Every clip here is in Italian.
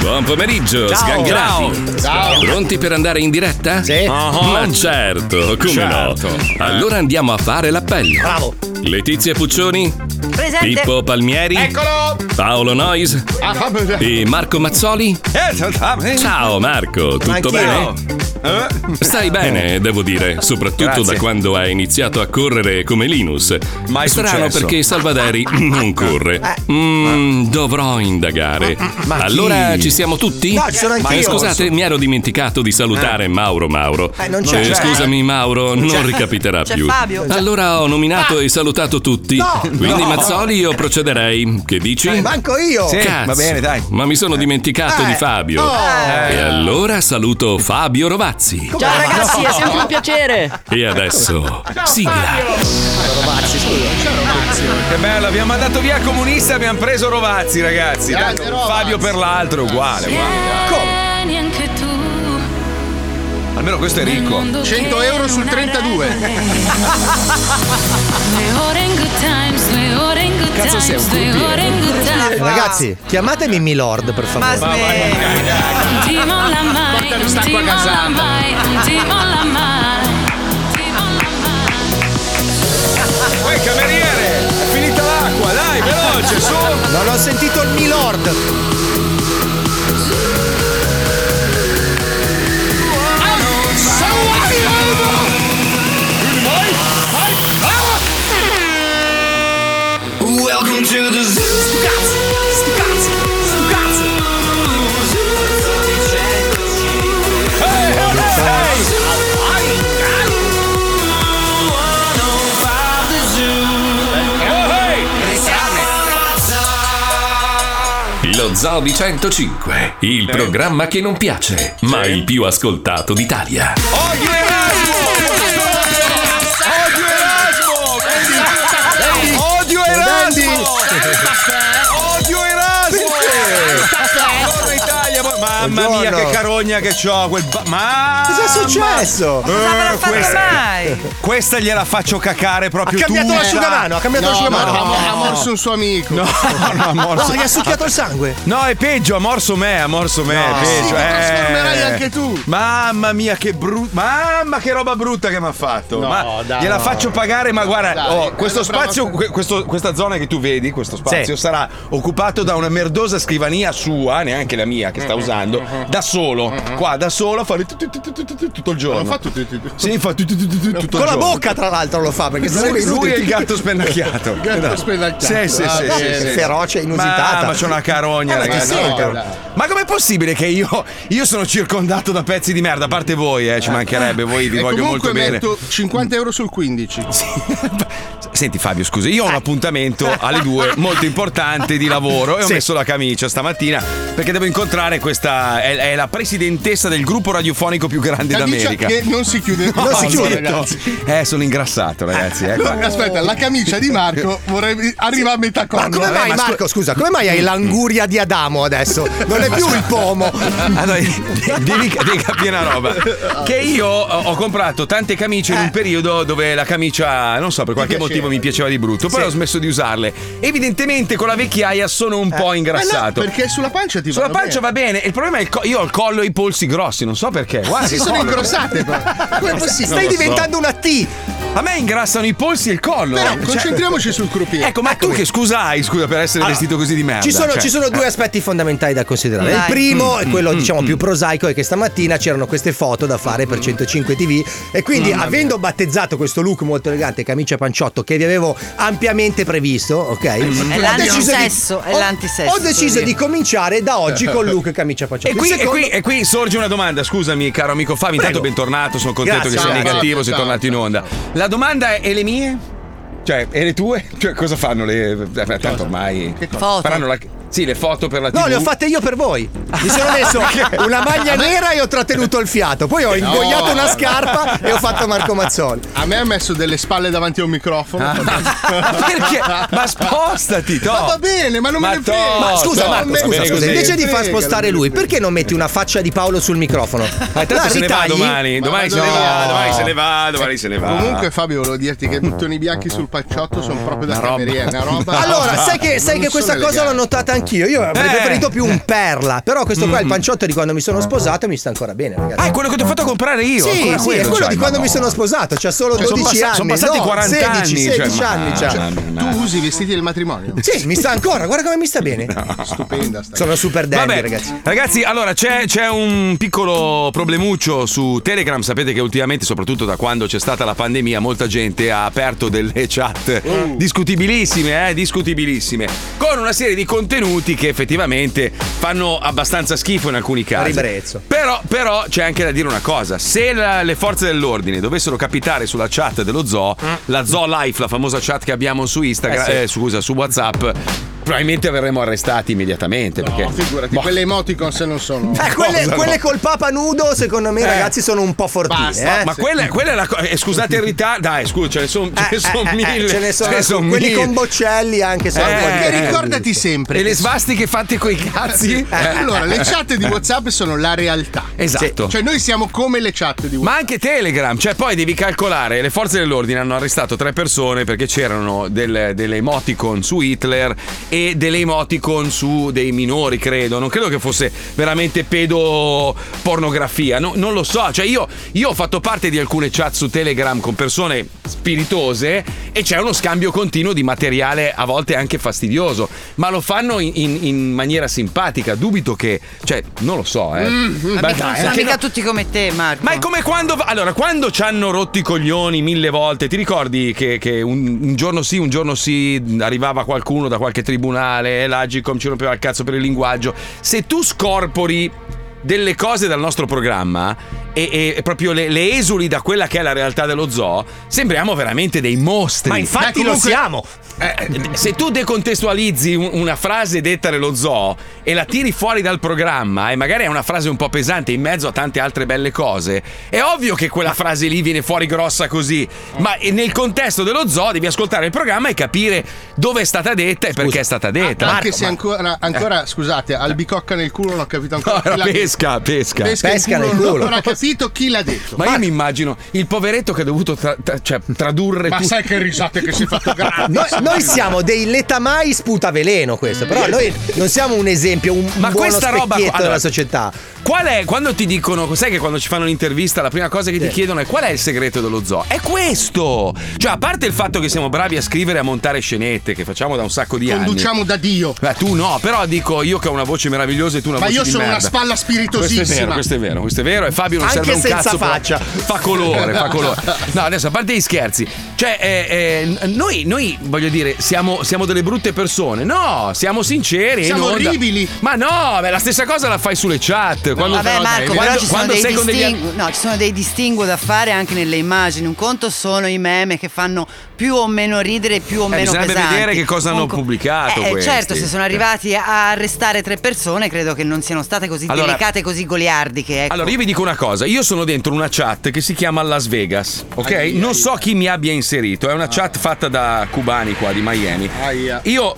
Buon pomeriggio, Ciao. sgangherati. Ciao. Ciao. Pronti per andare in diretta? Sì. Ma certo, come no. Allora andiamo a fare l'appello. Bravo. Letizia Puccioni. Presente. Pippo Palmieri. Eccolo. Paolo Nois. E Marco Mazzoli. Ciao Marco, tutto Anch'io. bene? Stai bene, devo dire, soprattutto Grazie. da quando hai iniziato a correre come Linus. Mai Strano successo. perché Salvaderi non corre. Mm, dovrò indagare. Ma chi? allora ci siamo tutti? No, ci sono Eh, anch'io. Ah. Scusate, mi ero dimenticato di salutare Mauro Mauro. Eh, non c'è. Non c'è. scusami Mauro, Oh, non, Cioè, c'è. ricapiterà C'è più. Fabio. Ah. Allora ho nominato e salutato tutti. No, Quindi no. Mazzoli io procederei. Che dici? Manco io. Sì, Cazzo. va bene, dai. Ma mi sono dimenticato Eh, di Fabio. no. E allora saluto Fabio Rovazzi. Ciao ragazzi, è sempre un piacere. E adesso Rovazzi, Che bello, abbiamo mandato via comunista, abbiamo preso Rovazzi, ragazzi. Grande Tanto Rovazzi. Fabio per l'altro, uguale, uguale. Vieni anche tu. Almeno questo è ricco. 100 euro sul 32. Le ore in good times, le ore in good Cazzo, times, sei un le croupier. ore in good times. Ragazzi, chiamatemi Milord, per favore. Non ti molla mai, Portami non sta ti qua molla casata. mai, non ti molla mai. ti molla mai. Uè, cameriere, è finita l'acqua, dai, veloce, su. Non ho sentito il Milord. Welcome to the zoo. Cazzo, cazzo, cazzo. Lo Zoo di 105, Eh. il programma che non piace, ma il più ascoltato d'Italia. Odio Erasmo! Odio Perché? Erasmo! Torna Italia, ma- mamma mia Buongiorno. che carogna che c'ho quel ba- ma Eh, Cos'è successo? Ma cosa avrà fatto questa, mai? questa gliela faccio cacare proprio tu. cambiato l'asciugamano, ha cambiato l'asciugamano. Ha morso un suo amico. No, no, ha morso. No, gli ha succhiato il sangue. No, è peggio, ha morso me, ha morso me, No. è peggio. eh. Sì, ti trasformerai anche tu. Mamma mia, che brutto. Mamma che roba brutta che mi ha fatto. No, ma dai. gliela faccio pagare, ma guarda, Dai, oh, è questo una brava spazio, cosa. que- questo- questa zona che tu vedi, questo spazio sarà occupato da una merdosa scrivania sua, neanche la mia che Mm-hmm, sta usando, da solo. Qua da solo a fare tu- tu- tu- tu- tu- tu- tutto il giorno. Non fa tutto Sì, fa tu- tu- tu- tu- tu- tutto Con la il giorno. bocca, tra l'altro, lo fa perché sennò Lui, lui è il inutile. gatto spennacchiato. Il gatto Esatto. spennacchiato. Sì, sì, Ah, sì, va sì, bene. sì, sì. Feroce e inusitata. Ma, ma c'è una carogna, Eh, ma ragazzi. chi c'è una sei? carogna. Ma com'è possibile che io, io sono circondato da pezzi di merda? A parte voi, eh, ci mancherebbe, voi vi E voglio molto comunque bene. metto 50 euro sul 15. Senti Fabio, scusi, io ho un appuntamento alle due molto importante di lavoro e ho Sì. messo la camicia stamattina perché devo incontrare questa, è, è la presidentessa del gruppo radiofonico più grande Camicia d'America. che non si chiude. No, Non si chiude, zitto. Eh, sono ingrassato ragazzi. eh, guarda. Aspetta, la camicia di Marco vorrei... arriva a metà Eh, Ma corno. come eh, mai, Marco? Scusa, come mai hai Mm. l'anguria di Adamo adesso? Non è più il pomo. Allora, devi, devi capire una roba. Che io ho, ho comprato tante camicie in un periodo dove la camicia, non so, per qualche Eh. piaceva. motivo mi piaceva di brutto, poi Sì. ho smesso di usarle. Evidentemente con la vecchiaia sono un po' ingrassato. Eh no, perché sulla pancia ti Sulla vanno pancia va bene, il problema è il co- io ho il collo e i polsi grossi, non so perché. Guarda, Si che sono collo. ingrossate qua. Come è possibile? Non lo so. una T. A me ingrassano i polsi e il collo. Però Cioè- concentriamoci sul croupier. Ecco, ma tu che scusa hai, scusa, per essere Allora, vestito così di merda? Ci sono, Cioè, ci sono due aspetti fondamentali da considerare. Vai. Il primo è Mm, quello, mm, diciamo, mm. più prosaico, è che stamattina c'erano queste foto da fare per 105 TV. E quindi, Mamma mia. avendo battezzato questo look molto elegante, camicia panciotto, che vi avevo ampiamente previsto, ok? È ho l'antisesso, deciso di- è l'antisesso, Ho deciso devo dire. di cominciare da oggi con look e camicia E panciotto. qui, Il secondo- e qui- e qui sorge una domanda, scusami caro amico Fabio, intanto Prego. bentornato, sono contento Grazie, che sei ciao, negativo, ciao, sei ciao, tornato in onda. La domanda è, e le mie? Cioè, e le tue? Cioè, cosa fanno le... eh, beh, Tanto ormai... cosa? Faranno la- Sì, le foto per la TV. No, le ho fatte io per voi. Mi sono messo una maglia nera e ho trattenuto il fiato. Poi ho ingoiato una scarpa e ho fatto Marco Mazzoli. Ah. A me ha messo delle spalle davanti a un microfono. Ma perché? Ma spostati, to. Ma va bene, ma non me ne frega. Ma scusa, No, Marco, me- scusa, me- scusa, me- invece di frega, far spostare non me lui, ne frega. perché non metti una faccia di Paolo sul microfono? Ma tanto La Ah, se ne va ritagli? domani, domani se ne va, domani se ne va, domani se ne va. Comunque, Fabio, volevo dirti che i bottoni bianchi sul panciotto sono proprio da Una roba. cameriera. Una roba. Allora, sai che, sai Non che sono questa cosa l'ho eleganti. notata anch'io. Io avrei Eh. preferito più un perla. Però questo qua è il Mm. panciotto di quando mi sono sposato e mi sta ancora bene, ragazzi. Ah, è quello che ti ho fatto comprare io, Sì, ancora sì, quello, è quello cioè, di quando mi madonna. sono sposato. C'ha solo Cioè, 12 sono passa- anni. sono passati no, 40 16, anni, 16 cioè, anni. ma- c'ha. cioè, Tu usi i vestiti del matrimonio? Sì, mi sta ancora. Guarda come mi sta bene. Stupenda sta Sono super dandy, Vabbè, ragazzi. allora c'è, c'è un piccolo problemuccio su Telegram. Sapete che ultimamente, soprattutto da quando c'è stata la pandemia, molta gente ha aperto delle chat Mm. discutibilissime, eh, discutibilissime, con una serie di contenuti che effettivamente fanno abbastanza schifo in alcuni casi. ribrezzo. Però, però c'è anche da dire una cosa: se la- le forze dell'ordine dovessero capitare sulla chat dello zoo, la zoo life, la famosa chat che abbiamo su Instagram, Mm. Eh, sì. eh, scusa, su WhatsApp. Probabilmente verremo arrestati immediatamente. perché... No, figurati, quelle emoticons non sono. Boh. Eh, quelle, quelle col papa nudo, secondo me, Eh. ragazzi, sono un po' fortine. Basta. eh. Ma quella, quella è la cosa. scusate il ritardo. Dai, scusa, ce ne sono Eh, eh, eh, mille. ce ne sono, son quelli mille. con boccelli anche se Eh, Perché ricordati sempre. E le svastiche fatte coi cazzi? Eh, Allora, le chat di WhatsApp sono la realtà. Esatto. Cioè, noi siamo come le chat di WhatsApp. Ma anche Telegram, cioè poi devi calcolare, le forze dell'ordine hanno arrestato tre persone perché c'erano del- delle emoticon su Hitler e delle emoticon su dei minori, credo, non credo che fosse veramente pedopornografia, no- non lo so, cioè io, io ho fatto parte di alcune chat su Telegram con persone spiritose e c'è uno scambio continuo di materiale a volte anche fastidioso, ma lo fanno in, in- in maniera simpatica, dubito che, cioè non lo so, eh. Ma Ma mica, dai, sono anche mica no- tutti come te, Esatto. Marco. ma è come quando. Allora, quando ci hanno rotto i coglioni mille volte, ti ricordi che, che un, un giorno sì, un giorno sì, arrivava qualcuno da qualche tribunale, eh, e l'Agicom ci rompeva il cazzo per il linguaggio. Se tu scorpori delle cose dal nostro programma e, e proprio le, le esuli da quella che è la realtà dello zoo, sembriamo veramente dei mostri. Ma infatti Beh, comunque- lo siamo. eh, se tu decontestualizzi un- una frase detta nello zoo e la tiri fuori dal programma, e magari è una frase un po' pesante in mezzo a tante altre belle cose, è ovvio che quella frase lì viene fuori grossa così. Ma eh, nel contesto dello zoo devi ascoltare il programma e capire dove è stata detta e perché è stata detta. anche se ma- eh. ancora, ancora scusate, albicocca nel culo non ho capito ancora. No, chi era l'ha detto. pesca, pesca. Pesca, nel culo. Non ho ancora capito chi l'ha detto. Ma io mi immagino il poveretto che ha dovuto tra- tra- cioè, tradurre. Ma tut- sai che risate che si è fatto grande. Noi, noi siamo dei letamai sputa veleno questo, però noi non siamo un esempio, un Ma buono questa specchietto roba qua- allora- della società. Qual è, quando ti dicono, sai che quando ci fanno un'intervista la prima cosa che ti Sì. chiedono è qual è il segreto dello zoo? È questo! Cioè, a parte il fatto che siamo bravi a scrivere e a montare scenette, che facciamo da un sacco di anni. Conduciamo da Dio. Beh, tu no, però dico io che ho una voce meravigliosa e tu una Ma voce io di sono una merda. spalla spiritosissima. Questo è vero, questo è vero, questo è vero. E Fabio non Anche serve un senza cazzo. però faccia. Fa colore, fa colore. No, adesso a parte gli scherzi. Cioè, eh, eh, noi, noi, voglio dire, siamo, siamo delle brutte persone. No, siamo sinceri. è in Siamo onda. orribili. Ma no, beh, la stessa cosa la fai sulle chat. Quando, Vabbè Marco, quando, però ci sono, quando dei sei con degli distinguo, no, ci sono dei distinguo da fare anche nelle immagini. Un conto sono i meme che fanno più o meno ridere, più o Eh, meno bisognerebbe pesanti. vedere che cosa Un hanno co- pubblicato Eh, questi. certo, se sono arrivati a arrestare tre persone, credo che non siano state così Allora- delicate, così goliardiche. Ecco. Allora, io vi dico una cosa: io sono dentro una chat che si chiama Las Vegas, ok? Non so chi mi abbia inserito, è una chat fatta da cubani qua di Miami. Aia. Io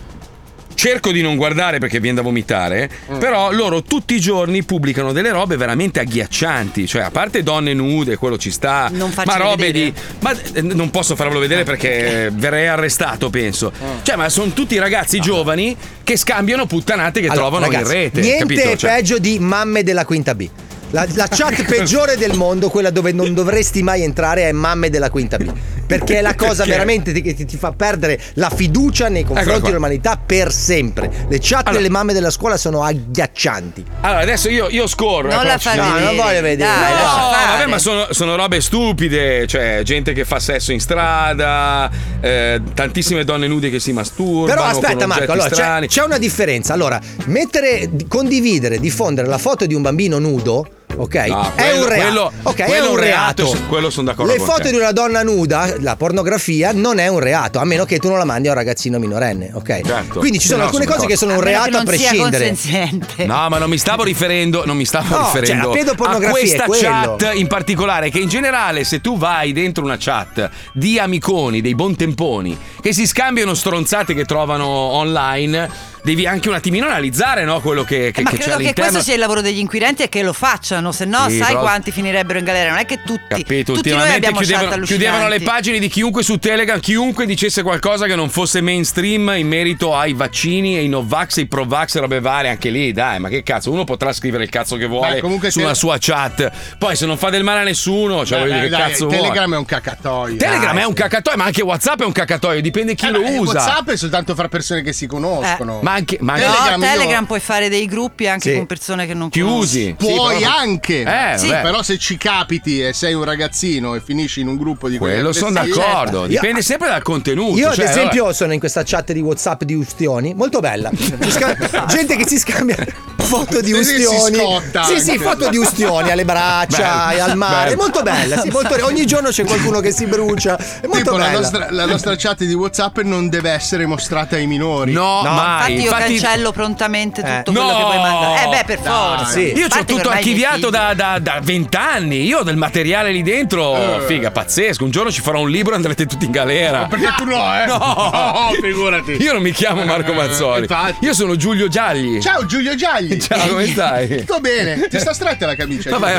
cerco di non guardare perché viene da vomitare, però loro tutti i giorni pubblicano delle robe veramente agghiaccianti, cioè a parte donne nude, quello ci sta, Non ma farcelo robe vedere. di ma eh, non posso farvelo vedere perché verrei arrestato, penso. Cioè, ma sono tutti ragazzi giovani che scambiano puttanate che Allora, trovano ragazzi, in rete, Niente capito? è Cioè- peggio di mamme della quinta B. La, la chat peggiore del mondo, quella dove non dovresti mai entrare, è mamme della quinta B. Perché è la cosa Perché? veramente ti- che ti, ti fa perdere la fiducia nei confronti qua. dell'umanità per sempre. Le chat Allora- delle mamme della scuola sono agghiaccianti. Allora, adesso io, io scorro. non ecco, la ci fai No, non vedere. voglio vedere. Dai, No, lascia No, fare. vabbè, ma sono, sono robe stupide, cioè gente che fa sesso in strada, eh, tantissime donne nude che si masturbano. Però con aspetta oggetti Marco, allora, cioè, c'è, strani. c'è una differenza. Allora, mettere, di- condividere, diffondere la foto di un bambino nudo, ok? No, è quello- un reato. quello- Ok, è quello un è un reato, reato. su quello sono d'accordo Le con foto te. di una donna nuda, la pornografia, non è un reato, a meno che tu non la mandi a un ragazzino minorenne, ok? Certo. Quindi ci sono No, alcune sono cose che sono un A meno che reato a non sia prescindere. consenziente. No, ma non mi stavo riferendo, non mi stavo No, cioè, riferendo la a pedopornografia è questa quello. chat in particolare. Che in generale, se tu vai dentro una chat di amiconi, dei buontemponi che si scambiano stronzate che trovano online. devi anche un attimino analizzare no, quello che, che, Eh, Ma che c'è credo che all'interno. questo sia il lavoro degli inquirenti e che lo facciano, se no Sì, sai però- quanti finirebbero in galera. Non è che tutti, Capito, tutti noi ultimamente abbiamo chat chiudevano, allucinanti. chiudevano le pagine di chiunque su Telegram, chiunque dicesse qualcosa che non fosse mainstream in merito ai vaccini, ai Novax, ai Provax, robe varie, anche lì, dai, ma che cazzo, uno potrà scrivere il cazzo che vuole Beh, comunque sulla te- sua chat. Poi se non fa del male a nessuno, cioè Dai, voglio dai, dire che dai, cazzo vuole. Telegram è un cacatoio. Telegram è un cacatoio, ma anche WhatsApp è un cacatoio, dipende chi Eh, lo ma usa. WhatsApp è soltanto fra persone che si conoscono. Eh. Ma anche- ma anche- No, Telegram Telegram, io- puoi fare dei gruppi anche Sì. con persone che non Chiusi. conosci. Puoi anche, Eh, Sì. vabbè. però se ci capiti e sei un ragazzino e finisci in un gruppo di quelli Quello sono aggressivi- d'accordo, Eh, dipende sempre dal contenuto. Io, ad cioè, esempio, Io vabbè. sono in questa chat di WhatsApp di Ustioni, molto bella. Ci sca- gente che si scambia foto di Gente che si Ustioni. scotta Sì, sì, anche. foto di Ustioni alle braccia Bello. e al mare. Bello. Molto bella, sì, molto- ogni giorno c'è qualcuno che si brucia. È molto Tipo, la bella. nostra, la nostra chat di WhatsApp non deve essere mostrata ai minori. No, Infatti, io cancello prontamente tutto Eh. quello che puoi No! mandare. Eh beh, per Dai. forza. Sì. A Io parte ho che tutto ormai archiviato i da, da, da 20 anni. Io ho del materiale lì dentro. Figa, pazzesco. Un giorno ci farò un libro e andrete tutti in galera. Perché tu no, Eh. eh? No. Oh, figurati. Eh, Io non mi chiamo Marco Mazzoli. Io sono Giulio Giagli. Ciao Giulio Giagli. Ciao, come stai? Tutto bene. Ti sta stretta la camicia. Ma vai Giulio?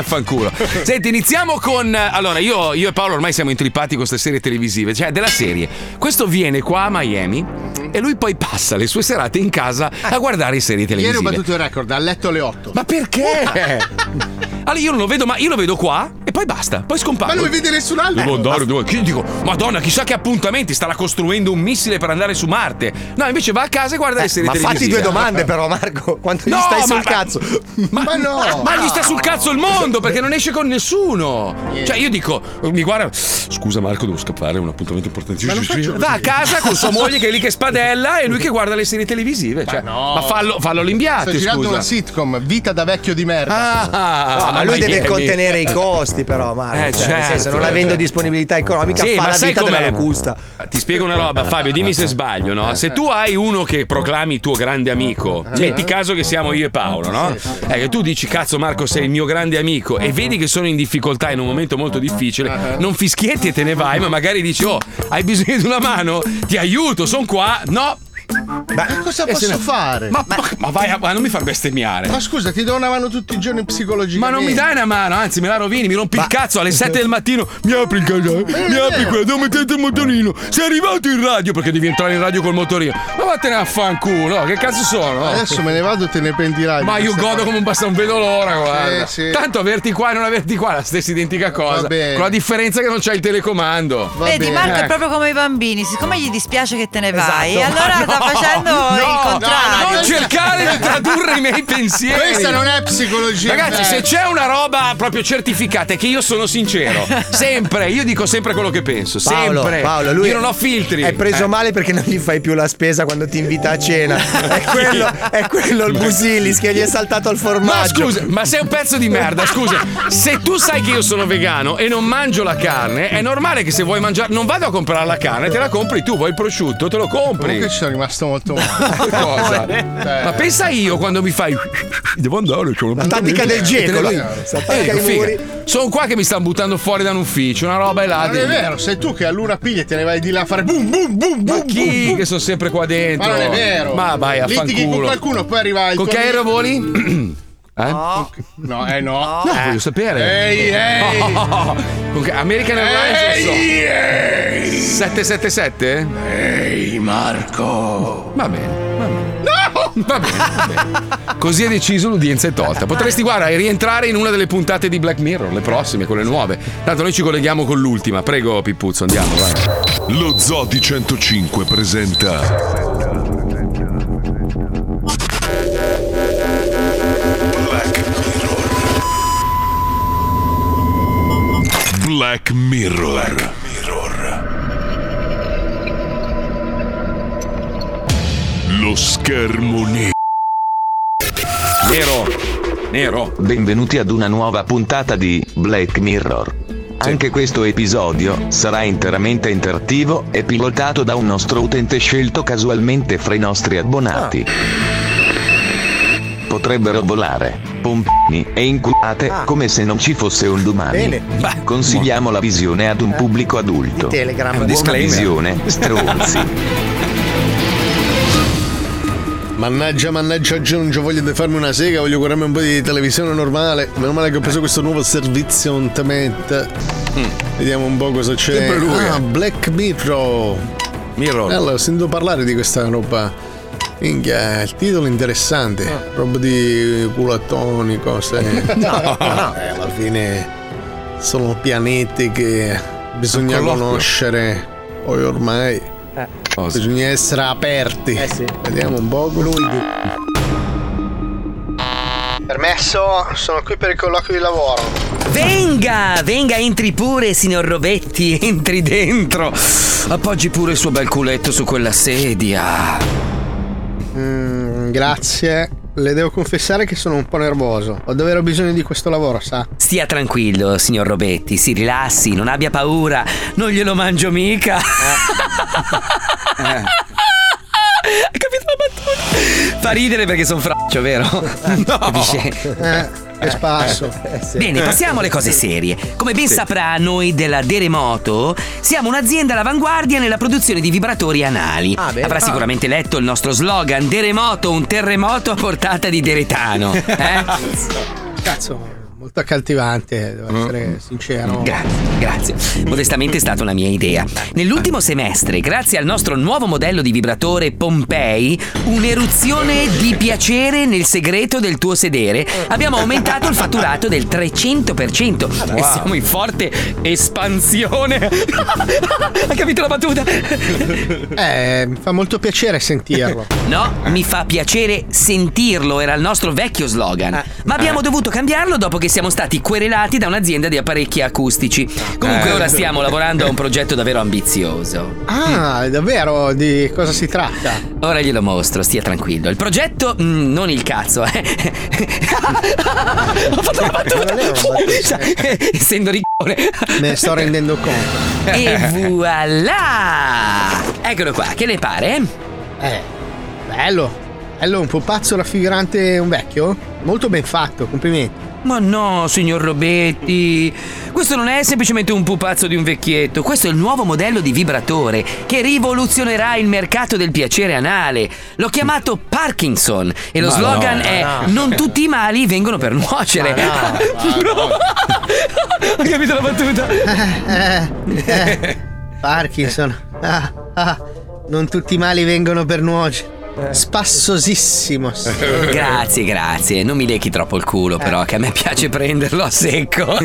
a fanculo. Senti, iniziamo con. Allora, io, io e Paolo ormai siamo intrippati con queste serie televisive, cioè della serie. Questo viene qua a Miami e lui poi passa le sue serate in casa a guardare serie Ieri ho televisive. battuto il record, a letto alle 8. Ma perché? Allora io non lo vedo, ma io lo vedo qua e poi basta, poi scompare. Ma non vede nessun altro? Devo andare dove? Chi- dico, Madonna, chissà che appuntamenti starà costruendo un missile per andare su Marte. No, invece va a casa e guarda le serie Eh, ma fatti televisive. due domande però Marco, quanto gli No, stai ma- sul ma- cazzo? Ma, no! Ma gli sta sul cazzo il mondo perché non esce con nessuno. Cioè, io dico, mi guarda, scusa Marco, devo scappare, è un appuntamento importantissimo. Va a casa con sua moglie che è lì che spadella e lui che guarda le serie televisive. Cioè, ma, fallo, fallo Sto all'imbiato, girando scusa. una sitcom, Vita da vecchio di merda. Ah, No, ma lui deve contenere i costi però Marco, Eh, cioè, nel certo, senso, non avendo certo. disponibilità economica Sì, fa ma la sai vita com'è? della locusta. Ti spiego una roba, Fabio, dimmi se sbaglio, no? Se tu hai uno che proclami tuo grande amico, metti caso che siamo io e Paolo, no? Eh, che tu dici, cazzo Marco, sei il mio grande amico e vedi che sono in difficoltà in un momento molto Ah, difficile, non fischietti e te ne vai, ma magari dici, oh, hai bisogno di una mano? Ti aiuto, sono qua. No! Ma cosa E se posso ne- fare? Ma, ma- ma vai a- ma non mi far bestemmiare. Ma scusa, ti do una mano tutti i giorni psicologicamente. Ma non mi dai una mano, anzi me la rovini, mi rompi il cazzo alle 7 del mattino. Mi apri il canale, Eh, mi apri quello, devo mettere il motorino. Sei arrivato in radio perché devi entrare in radio col motorino. Ma vattene a fanculo, che cazzo sono? Adesso me ne vado, te ne pentirai. Ma io godo come un bastone, non vedo l'ora, guarda. Eh, Sì, sì. Tanto averti qua e non averti qua è la stessa identica cosa. bene. Con la differenza che non c'è il telecomando. Va Vedi, bene. Marco è Ecco. proprio come i bambini, siccome gli dispiace che te ne vai, Esatto. allora Ma sta no, facendo no, il contrario. non cercare di tradurre i miei pensieri. Questa non è psicologia. Ragazzi, se eh. c'è una roba proprio certificata è che io sono sincero. Sempre, io dico sempre quello che penso. Paolo, sempre. Paolo, lui io non ho filtri. È preso Eh. male perché non gli fai più la spesa quando ti invita a cena. È quello, è quello il Busilis che gli è saltato al Ma formaggio. scusa, ma sei un pezzo di merda, scusa. Se tu sai che io sono vegano e non mangio la carne, è normale che se vuoi mangiare, non vado a comprare la carne, te la compri tu, vuoi il prosciutto, te lo compri. Comunque ci sono rimasto molto Cioè. male. Cosa? Cioè. Ma pensa io quando mi fai devo andare, c'è una La tattica del geco, Eh, lui si attacca ai muri. Ecco, Sono qua che mi stanno buttando fuori da un ufficio, una roba e là. Non è di- vero, sei tu che all'una piglia e te ne vai di là a fare boom boom boom Ma boom. boom, chi boom. che sono sempre qua dentro? Ma non è vero. Ma vai a Litighi con fanculo. qualcuno, poi arriva il Con tuo che aereo amico- voli? Eh? No, eh no. No, voglio sapere. Ehi, ehi. Oh, con che- American Airlines non so. Ehi, ehi. 777? Ehi, Marco. Va bene. va bene. Va bene, va bene. Così è deciso, l'udienza è tolta. Potresti, guarda, rientrare in una delle puntate di Black Mirror, le prossime, quelle nuove. Tanto noi ci colleghiamo con l'ultima. Prego, Pippuzzo, andiamo, vai. Lo Zoo di 105 presenta Black Mirror. Black Mirror. Lo schermo nero. Nero. Nero. Benvenuti ad una nuova puntata di Black Mirror. Anche questo episodio sarà interamente interattivo e pilotato da un nostro utente scelto casualmente fra i nostri abbonati. Potrebbero volare, pompini e inculate come se non ci fosse un domani. Bene. Consigliamo la visione ad un pubblico adulto. Telegram. Buona visione, stronzi. Mannaggia, mannaggia, oggi non c'ho voglia di farmi una sega, voglio guardarmi un po' di televisione normale. Meno male che ho preso questo nuovo servizio on demand. Vediamo un po' cosa c'è. Sempre lui, Ah, eh. Black Mirror. Eh, Mirror. Allora, ho sentito parlare di questa roba. Minchia, il titolo è interessante. Roba di culatonico, sai. No. Eh, alla fine sono pianeti che bisogna Un colloquio. conoscere. Poi ormai Eh. bisogna essere aperti. Eh sì. Vediamo un po'. Permesso, sono qui per il colloquio di lavoro. Venga, venga, entri pure, signor Robetti, entri dentro. Appoggi pure il suo bel culetto su quella sedia. Mm, grazie. Le devo confessare che sono un po' nervoso. Ho davvero bisogno di questo lavoro, sa? Stia tranquillo, signor Robetti, si rilassi, non abbia paura, non glielo mangio mica. Hai capito la battuta? Fa ridere perché sono fraccio, vero? No. Eh, è sparso. eh, Bene, passiamo alle cose serie. Come ben Eh. Sì. saprà noi della Deremoto, siamo un'azienda all'avanguardia nella produzione di vibratori anali. Ah, bene. Avrà Ah. sicuramente letto il nostro slogan Deremoto, un terremoto a portata di deretano. Eh? Cazzo, molto accaltivante, devo essere sincero. Mm. Grazie, grazie. Modestamente è stata una mia idea. Nell'ultimo semestre, grazie al nostro nuovo modello di vibratore Pompei, un'eruzione di piacere nel segreto del tuo sedere, abbiamo aumentato il fatturato del 300% e Wow. siamo in forte espansione. Hai capito la battuta? Eh, mi fa molto piacere sentirlo. No, mi fa piacere sentirlo, era il nostro vecchio slogan. Ma abbiamo dovuto cambiarlo dopo che siamo stati querelati da un'azienda di apparecchi acustici. Comunque Eh. ora stiamo lavorando a un progetto davvero ambizioso. Ah, è davvero? Di cosa si tratta? Ora glielo mostro, stia tranquillo. Il progetto, mm, non il cazzo, eh. Ho fatto la battuta. Essendo rigore. Me ne sto rendendo conto. E voilà! Ah, Eccolo qua, che ne pare? Eh, bello. Bello, un pupazzo raffigurante un vecchio? Molto ben fatto, complimenti. Ma no, signor Robetti, questo non è semplicemente un pupazzo di un vecchietto, questo è il nuovo modello di vibratore che rivoluzionerà il mercato del piacere anale. L'ho chiamato Parkinson e lo Ma slogan no, è no. Non tutti i mali vengono per nuocere. Hai capito la battuta? Eh, Parkinson. Ah, ah, non tutti i mali vengono per nuocere. Spassosissimo. Grazie, grazie. Non mi lechi troppo il culo, però, che a me piace prenderlo a secco.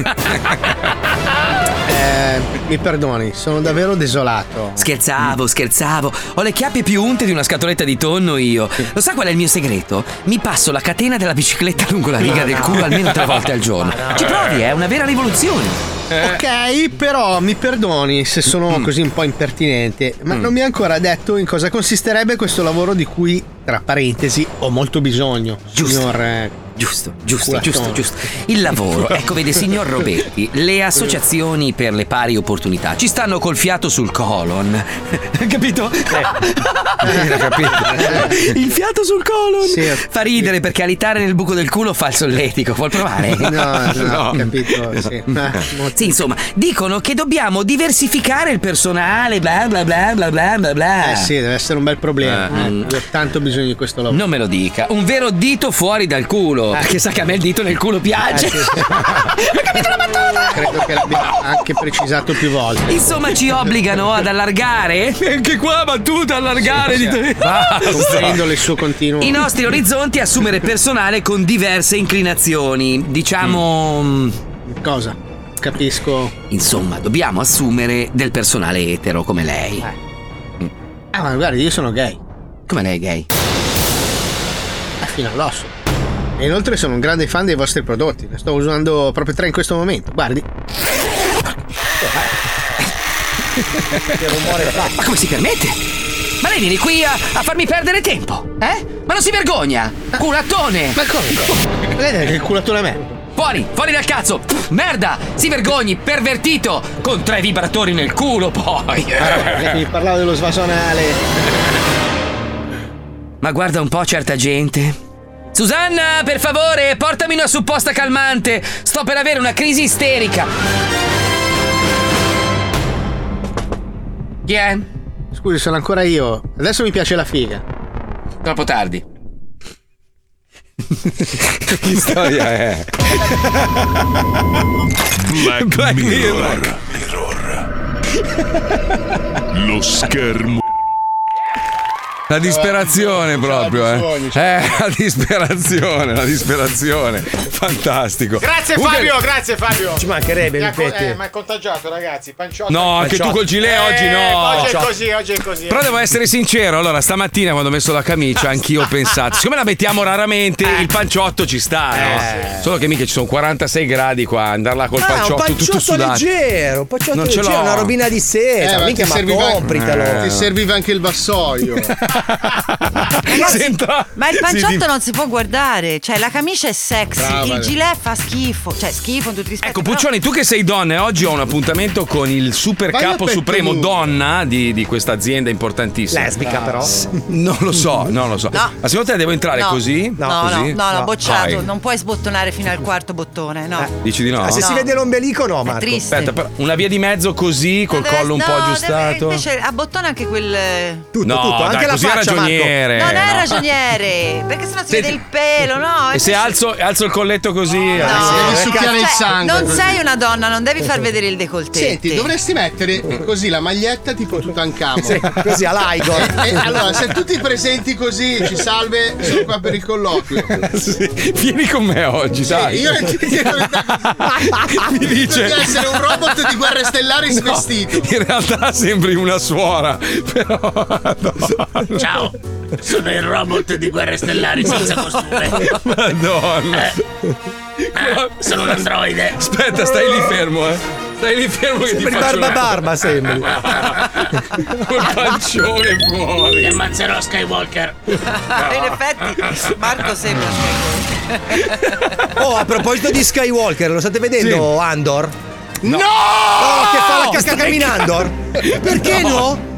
Eh, mi perdoni, sono davvero desolato. Scherzavo, scherzavo. Ho le chiappe più unte di una scatoletta di tonno io. Lo sa qual è il mio segreto? Mi passo la catena della bicicletta lungo la riga No, del no. culo almeno tre volte al giorno. Ma no. Ci provi, è una vera rivoluzione. Eh. Mm. Ok, però mi perdoni se sono così un po' impertinente, ma non mi ha ancora detto in cosa consisterebbe questo lavoro di cui, tra parentesi, ho molto bisogno. Giusto. Signor, eh, Giusto, giusto, Culatone. giusto, giusto. Il lavoro. Ecco, vede, signor Robetti, le associazioni per le pari opportunità ci stanno col fiato sul colon. Capito? Il fiato sul colon fa ridere perché alitare nel buco del culo fa il solletico. Vuol provare? No, no, ho capito, sì. eh. Sì, insomma, dicono che dobbiamo diversificare il personale, bla bla bla bla bla bla bla. Eh sì, deve essere un bel problema. eh. Io ho tanto bisogno di questo lavoro. Non me lo dica. Un vero dito fuori dal culo. Perché sa che a me il dito nel culo piace. Eh, sì, sì. Credo che l'abbia anche precisato più volte. Insomma, ci obbligano ad allargare. Anche qua battuta, allargare. Sì, dito- sì. Comprendendo il suo continuo. I nostri orizzonti e assumere personale con diverse inclinazioni. Diciamo. Mm. Cosa? Capisco. Insomma, dobbiamo assumere del personale etero come lei. Eh. Ah, ma guarda, io sono gay. Come lei è gay? Ah, fino all'osso. E inoltre sono un grande fan dei vostri prodotti. Ne sto usando proprio tre in questo momento. Guardi. Che rumore Ma come si permette? Ma lei viene qui a, a farmi perdere tempo? Eh? Ma non si vergogna? Culatone! Ma come? Lei deve il culatone a me. Fuori, fuori dal cazzo! Merda! Si vergogni, pervertito! Con tre vibratori nel culo poi! Eh, Mi parlavo dello svasonale. Ma guarda un po' certa gente. Susanna, per favore, portami una supposta calmante. Sto per avere una crisi isterica. Chi è? Scusi, sono ancora io. Adesso mi piace la figa. Troppo tardi. Che storia è? Black, Mirror. Mirror. Lo schermo. La disperazione proprio, eh. Eh, la disperazione, la disperazione. Fantastico. Grazie Comunque- Fabio, grazie Fabio. Ci mancherebbe, Mi ha co- Pippetti. eh, Ma è contagiato, ragazzi. Panciotta. No, anche tu col gilet oggi no. Eh, Oggi è Panciotta. così, oggi è così. Però devo essere sincero, allora stamattina quando ho messo la camicia anch'io ho pensato, siccome la mettiamo raramente, il panciotto ci sta, no? Eh. Solo che mica ci sono 46 gradi qua, andare là col Ah, panciotto, un tutto panciotto sudato. leggero, un panciotto Non ce leggero, l'ho. una robina di seta, Eh, ma mica ti ma serviva- Eh, compritalo. Ti serviva anche il vassoio. Ma il Sì, panciotto di- non si può guardare, cioè la camicia è sexy, Brava, il vero. gilet fa schifo, cioè schifo in tutti i rispetti. Ecco, Puccioni, tu che sei donna, e oggi ho un appuntamento con il super Vai a capo petto supremo nudo. donna di, di questa azienda importantissima. Lesbica, però. S- Non lo so, non lo so. No. Ma secondo te devo entrare No. così? No, no, Così? no, no, bocciato, Dai. non puoi sbottonare fino al quarto bottone, no. Dici di no? Ah, se si No. vede l'ombelico no, Marco. triste. Aspetta, però, una via di mezzo così, col collo un po' No, deve- aggiustato. Invece abbottona anche quel. eh, no, tutto, dai, anche la così faccia, è Marco. ragioniere. non è no. ragioniere, perché sennò si vede il pelo, no? E se alzo, alzo il colletto così, No, eh, sì. cioè, Non sei una donna, non devi far vedere il decolleté. Senti, dovresti mettere così la maglietta tipo Tutankhamon. Sì, così, alla Igor. E- e allora, se tu ti presenti così, ci salve, sono qua per il colloquio. Sì, Vieni con me oggi, dai. Io Mi dice Devi essere un robot di guerre stellari No, svestito. In realtà sembri una suora, però no. Ciao, sono il robot di Guerre Stellari senza costume. Eh, Madonna. Ah, sono un androide. Aspetta, stai lì fermo, eh. Stai lì fermo che ti Sembri faccio barba una- barba, sembri. Col pancione fuori. E ammazzerò Skywalker. In effetti, Marco sembra. Oh, a proposito di Skywalker, lo state vedendo Andor? No! Oh, che fa la Stai cacca camminando? Perché no?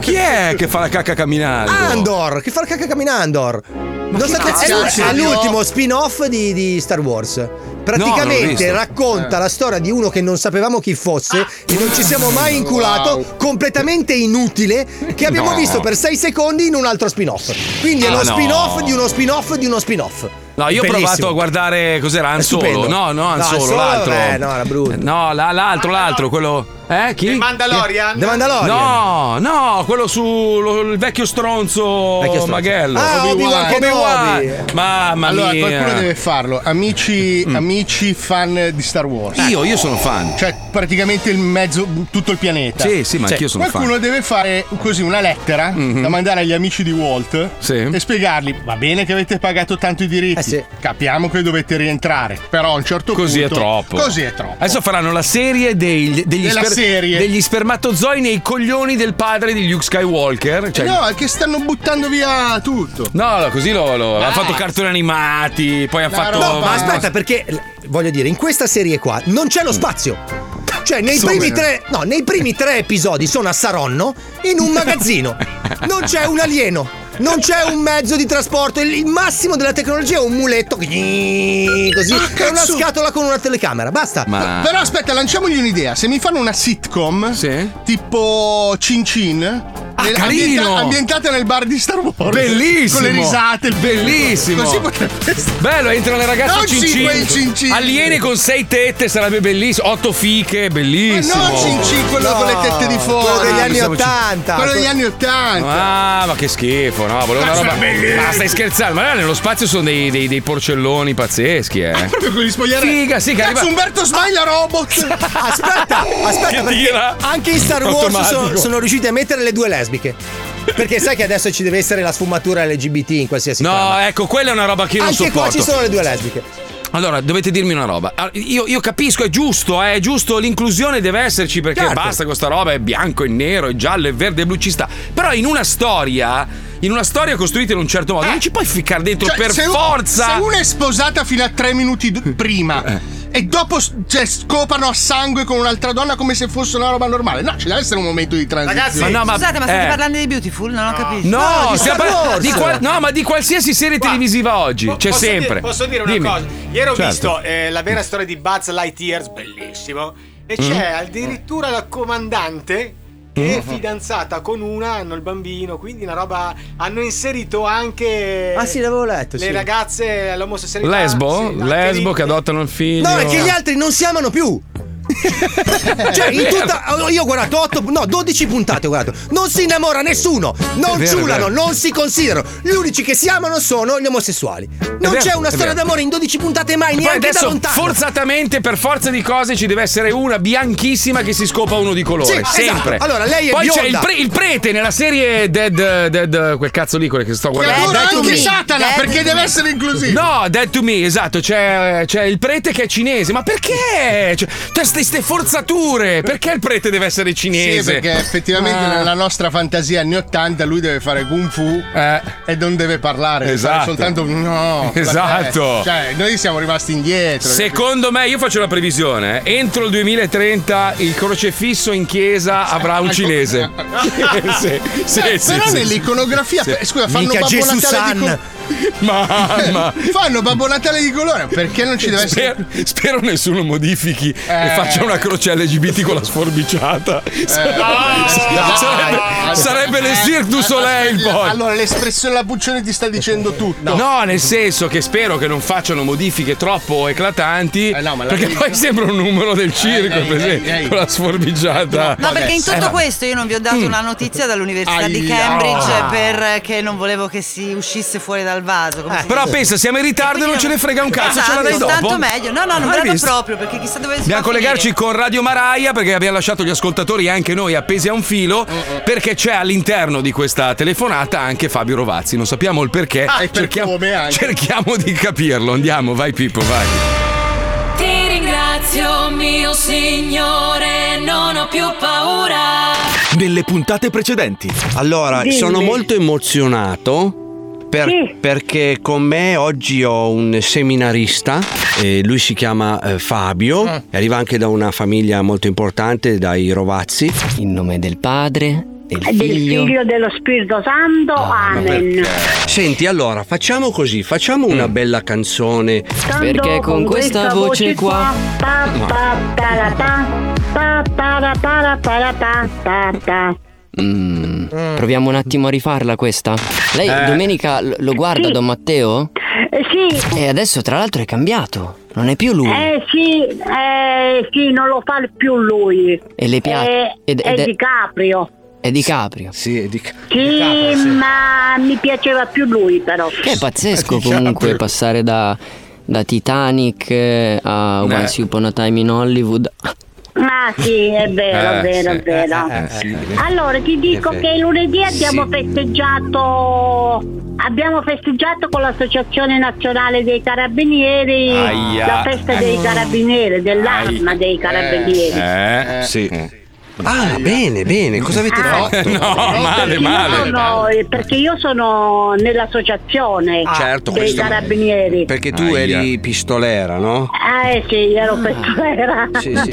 Chi è che fa la cacca camminando? Andor, che fa la cacca camminando? Andor. Non state cazzo è l'ul- cazzo? è l'ultimo spin-off di, di Star Wars. No, non l'ho Praticamente visto. racconta Eh. Ah. la storia di uno che non sapevamo chi fosse e non ci siamo mai inculato, Wow. completamente inutile, che abbiamo No. visto per 6 secondi in un altro spin-off. Quindi è Ah, uno no. spin-off di uno spin-off di uno spin-off. No, io ho Bellissimo. provato a guardare cos'era È Ansolo. stupendo. No, no, No, Ansolo, Solo, l'altro. eh, no, era brutto. No, la- l'altro, l'altro, quello. Eh, chi? The Mandalorian? The Mandalorian. No, no, quello su lo- il vecchio stronzo, Vecchio stronzo. Maghello. Ah, Obi-Wan Obi-Wan. Kenobi. Mamma allora, mia. qualcuno deve farlo. Amici, amici fan di Star Wars. Io, io sono fan. Cioè, praticamente il mezzo, tutto il pianeta. Cioè, Sì, sì, ma anch'io sono fan. Qualcuno deve fare così una lettera da mandare agli amici di Walt e spiegargli: va bene che avete pagato tanto i diritti, capiamo che dovete rientrare. Però a un certo Così è punto. troppo. Così è troppo. Adesso faranno la serie degli, degli, Della serie. degli spermatozoi nei coglioni del padre di Luke Skywalker. Cioè, No, è che stanno buttando via tutto. No, no, così lo, lo- Ah! hanno fatto cartoni animati, poi hanno fatto. No, ma aspetta, perché l- voglio dire, in questa serie qua non c'è Mm. lo spazio. Cioè, nei Come? primi, tre, no, nei primi tre episodi sono a Saronno in un magazzino. Non c'è un alieno. Non c'è un mezzo di trasporto. Il, il massimo della tecnologia è un muletto. Così. che è una Ah, cazzo. scatola con una telecamera. Basta. Però aspetta, lanciamogli un'idea. Se mi fanno una sitcom tipo Cin Cin, nel- carino! ambienta- ambientata nel bar di Star Wars. Bellissimo! Con le risate, il Bellissimo! Così potrebbe essere. Bello, entrano le Non ragazze ci quel Cin cincin. Cin. Alieni con sei tette sarebbe bellissimo. Otto fiche, bellissimo. Ma no, Cin Cin, quello con le tette di fuori. quello degli Ah, anni pensavo Cin- 80. Quello degli anni 80. Ah, ma che schifo, no? Volevo Ma una roba. sono bellissimi. Ma stai scherzando? Ma là nello spazio sono dei, dei- dei porcelloni pazzeschi, eh. Proprio con gli spogliarelli. Figa, sì, che Cazzo, arriva- Ah! Umberto Smaglia robot. aspetta, aspetta, perché anche in Star Wars Automatico. sono, sono riusciti a mettere le due lesbiche. Perché sai che adesso ci deve essere la sfumatura LGBT in qualsiasi No, trama. ecco, quella è una roba che io non Anche sopporto. qua ci sono le due lesbiche. Allora, dovete dirmi una roba. Allora, Io, io capisco, è giusto, eh, è giusto, l'inclusione deve esserci perché Certo. basta con sta roba, è bianco, è nero, è giallo, è verde, è blu, ci sta. Però in una storia, in una storia costruita in un certo modo, non ci puoi ficcare dentro Eh. Cioè, per se un- forza. se una è sposata fino a tre minuti d- prima. E dopo s- cioè, scopano a sangue con un'altra donna come se fosse una roba normale. No, ci deve essere un momento di transizione. Scusate, ma state Eh. parlando di Beautiful? Non ho capito. No, si stiamo par- di qual- no, ma di qualsiasi serie televisiva oggi, c'è Posso dire- sempre. posso dire una Dimmi. cosa? Ieri ho Certo. visto eh, la vera storia di Buzz Lightyear, bellissimo. E Mm. Mm-hmm. c'è addirittura la comandante. è fidanzata con una, hanno il bambino, quindi una roba. Hanno inserito anche. Ah, sì, l'avevo letto, Le sì. ragazze, l'omosessualità. Lesbo? sì, anche Lesbo lì. che adottano il figlio. No, è che gli altri non si amano più. cioè, in tutta. Io ho guardato 8, no, 12 puntate ho guardato. Non si innamora nessuno, non È vero, ciulano, è vero. non si considerano. Gli unici che si amano sono gli omosessuali. Non vero, c'è una è storia vero. d'amore in 12 puntate mai, Poi neanche da adesso, lontano. forzatamente, per forza di cose, ci deve essere una bianchissima che si scopa uno di colore. Sì, sempre. esatto. Allora, lei è Poi c'è bionda. il, pre- il prete nella serie Dead, Dead, quel cazzo lì, quello che sto guardando. allora Dead to anche Me. Satana, perché deve essere inclusivo. No, Dead to Me, esatto, c'è, c'è il prete che è cinese, ma perché? Cioè, queste forzature, perché il prete deve essere cinese? Sì, perché effettivamente Ah. nella nostra fantasia anni 80 lui deve fare kung fu e non deve parlare, deve Eh. Esatto. fare soltanto un no. Esatto. perché, Cioè, noi siamo rimasti indietro. Secondo me, io faccio la previsione, eh, entro il 2030 il crocefisso in chiesa avrà un cinese. Sì, sì, Eh, sì, però sì, nell'iconografia, sì. eh, scusa, fanno Mica Babbo Gesù Natale di San. co- Mamma. fanno Babbo Natale di colore, perché non ci deve essere Spero, spero nessuno modifichi e Eh. faccia una croce LGBT con la sforbiciata. Sarebbe, dai. sarebbe, Allora- sarebbe le Cirque du Soleil poi. Allora, l'espressione la Puccione ti sta dicendo tutto. No. nel senso che spero che non facciano modifiche troppo eclatanti. Eh, la- perché poi sembra un numero del circo, eh, per esempio, eh, eh. con la sforbigiata. No, perché in Eh, tutto ma- Mm. questo io non vi ho dato una notizia dall'Università di Aia. Cambridge perché non volevo che si uscisse fuori dal vaso. come si Eh, Però dice. pensa, siamo in ritardo e non ce ne frega un cazzo, ce Esatto, la dai dopo. Tanto meglio. No, no, non Hai verrà visto? proprio perché chissà dove si va Dobbiamo a collegarci finire. con Radio Maraia perché abbiamo lasciato gli ascoltatori e anche noi appesi a un filo Mm, perché c'è all'interno di questa telefonata anche Fabio Rovazzi. Non sappiamo il perché, Ah, e per come anche. cerchiamo di capirlo. Andiamo, vai Pippo, vai. Ti ringrazio mio signore, non ho più paura. Nelle puntate precedenti. Allora, Dimmi. sono molto emozionato per- perché con me oggi ho un seminarista, eh, lui si chiama eh, Fabio, Ah. e arriva anche da una famiglia molto importante, dai Rovazzi. In nome del padre, del È Eh, del figlio dello Spirito Santo, Ah, Amen. Senti, allora, facciamo così, facciamo Mm. una bella canzone. Tanto Pa, pa, pa, la, pa, pa, pa, la, pa, la, pa, la, pa, pa, pa. Mm, Proviamo un attimo a rifarla questa. Lei Eh. domenica l- lo guarda Don Matteo? sì. E adesso tra l'altro è cambiato. Non è più lui. Eh sì, eh sì, non lo fa più lui. E le piace- Eh, ed- è ed è- di Caprio. È Di Caprio. Sì, è Di Caprio. Sì, ma mi piaceva più lui però. Che è pazzesco comunque passare da, da Titanic eh, a Beh. Once Upon a Time in Hollywood. Ah sì, è vero, è Eh, vero, è sì. vero. Eh, eh, sì. Allora ti dico È vero. che lunedì abbiamo Sì. festeggiato abbiamo festeggiato con l'Associazione Nazionale dei Carabinieri Aia. la festa dei Eh. carabinieri, dell'arma dei carabinieri. Eh, sì. Ah, bene, bene, cosa avete Ah. fatto? No, male, No, no, eh, perché io sono nell'associazione certo, dei questo- carabinieri. Perché tu eri pistolera, no? Ah eh sì, ero pestolera. Sì, sì.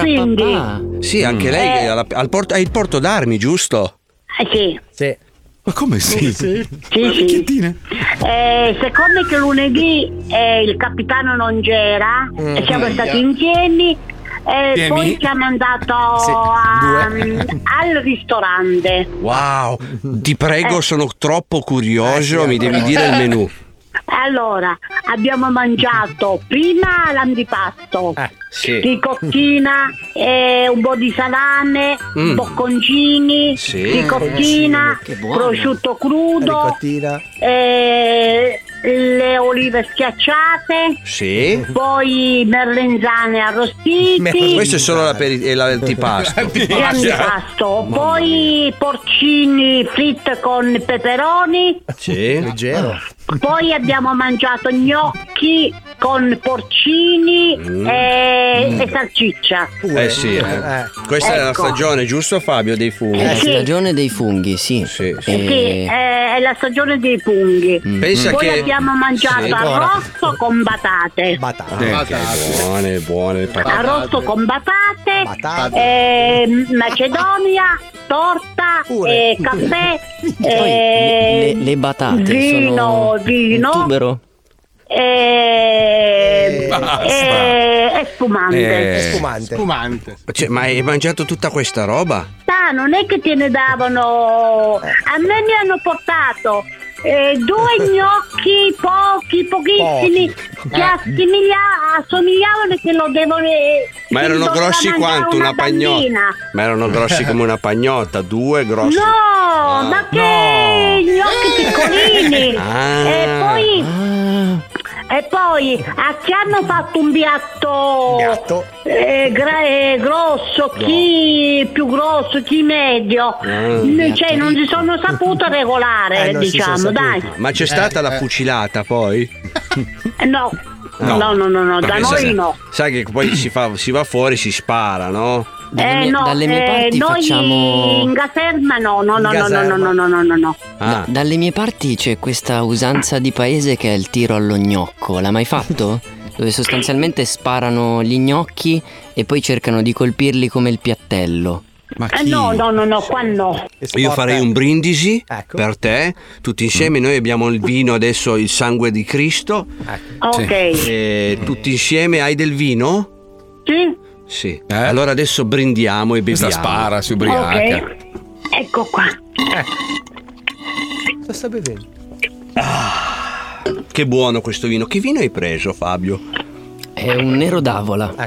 Quindi, Sì, anche Mm. lei Eh. è alla- al porto, hai il porto d'armi, giusto? eh, sì. Sì. Ma come Eh, sì? Sì, sì. Eh, siccome che lunedì eh, il capitano non c'era, Mm. e siamo Aia. stati insieme. eh, Insieme? poi siamo andati a- al ristorante. Wow, ti Eh. prego, sono troppo curioso, mi devi dire il menù. Allora, abbiamo mangiato prima l'antipasto, sì. ricottina, eh, un po' di salame, Mm. bocconcini, Sì. ricottina, Bocconcini, che buono. prosciutto crudo, Ricottina. eh, le olive schiacciate, Sì. poi merlenzane arrostiti, Questo è solo l'aperi- è la- l'antipasto. e antipasto, poi porcini fritti con peperoni. Sì. Leggero. Poi abbiamo mangiato gnocchi con porcini e, e salsiccia. Mm. Eh sì, eh. questa è la Ecco. stagione, giusto Fabio, dei funghi? Eh, La sì. stagione dei funghi, sì. Sì, eh, è la stagione dei funghi. Pensa Poi che- abbiamo mangiato Sì. arrosto con patate. Eh, che buone, buone le patate. Arrosto con patate, ehm, macedonia, torta, eh, caffè, Le, eh, le batate vino, sono un vino. tubero. eh, Basta. eh, e spumante. Eh. Spumante. Cioè, ma hai mangiato tutta questa roba? Ah, là non è che te ne davano, a me mi hanno portato eh, due gnocchi pochi, pochissimi, Eh. che assimiglia- assomigliavano e che lo devono... eh, Ma che erano doveva grossi mangiare quanto una pagnotta? bambina. Ma erano grossi come una pagnotta, due grossi. No, ma che gnocchi piccolini! Ah. E poi. E poi a chi hanno fatto un piatto, eh, gra- eh, grosso, chi più grosso, chi medio, Mm. cioè non si sono saputo regolare, Eh, non si diciamo, sono dai. saputi. Ma c'è stata Eh, la fucilata poi? No. No. no, no, no, da Perché noi sai- no. Sai che poi si, fa- si va fuori, si spara, no? eh, no, eh, noi in caserma no, no, no, no, no, no, In caserma. no, no, no, no, no. Ah. Da- dalle mie parti c'è questa usanza di paese che è il tiro allo gnocco, l'ha mai fatto? Dove sostanzialmente sparano gli gnocchi e poi cercano di colpirli come il piattello. Ma Eh, no, no, no, no, qua no. Io farei un brindisi per te, tutti insieme. Noi abbiamo il vino adesso, il sangue di Cristo. Ah, Ok. E tutti insieme hai del vino? Sì? Sì. Allora adesso brindiamo e beviamo. Eh? spara, si Ok. Ecco qua. Cosa Eh. sta bevendo? Che buono questo vino. Che vino hai preso, Fabio? È un nero d'avola. Ah,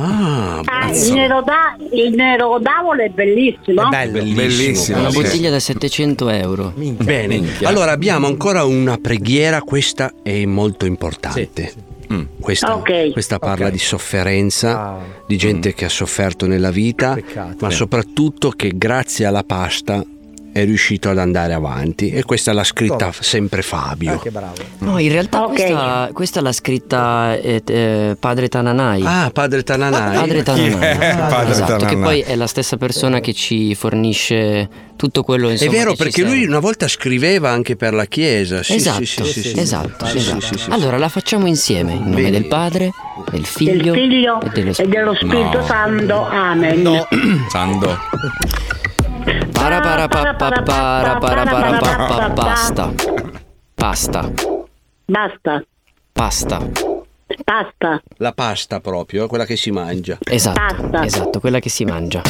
Ah, il nero, da- il nero d'avola è bellissimo. Bellissimo. Una Sì. bottiglia da 700 euro. Bene, allora abbiamo ancora una preghiera, questa è molto importante. Mm. Questa, Ah, Ok. questa parla di sofferenza, di gente che ha sofferto nella vita, ma soprattutto che grazie alla pasta è riuscito ad andare avanti e questa l'ha scritta Oh. sempre Fabio. No, in Ah, realtà questa, questa l'ha scritta eh, eh, Padre Tananai. Ah, Padre Tananai. Padre Chi Tananai. è Padre esatto, Tananai? che poi è la stessa persona che ci fornisce tutto quello insomma, è vero che ci perché serve. lui una volta scriveva anche per la chiesa. Sì, Esatto, sì, sì, sì, sì, sì. esatto, Sì, sì, esatto. sì, sì. Allora la facciamo insieme, in nome del Padre, del Figlio, del figlio e dello e dello Spirito No. Santo. Amen. Sando. Para para pa pa para para para pa pa pasta. Pasta, Basta, pasta. basta. La pasta proprio, eh, quella che si mangia. Esatto, esatto, quella che si mangia.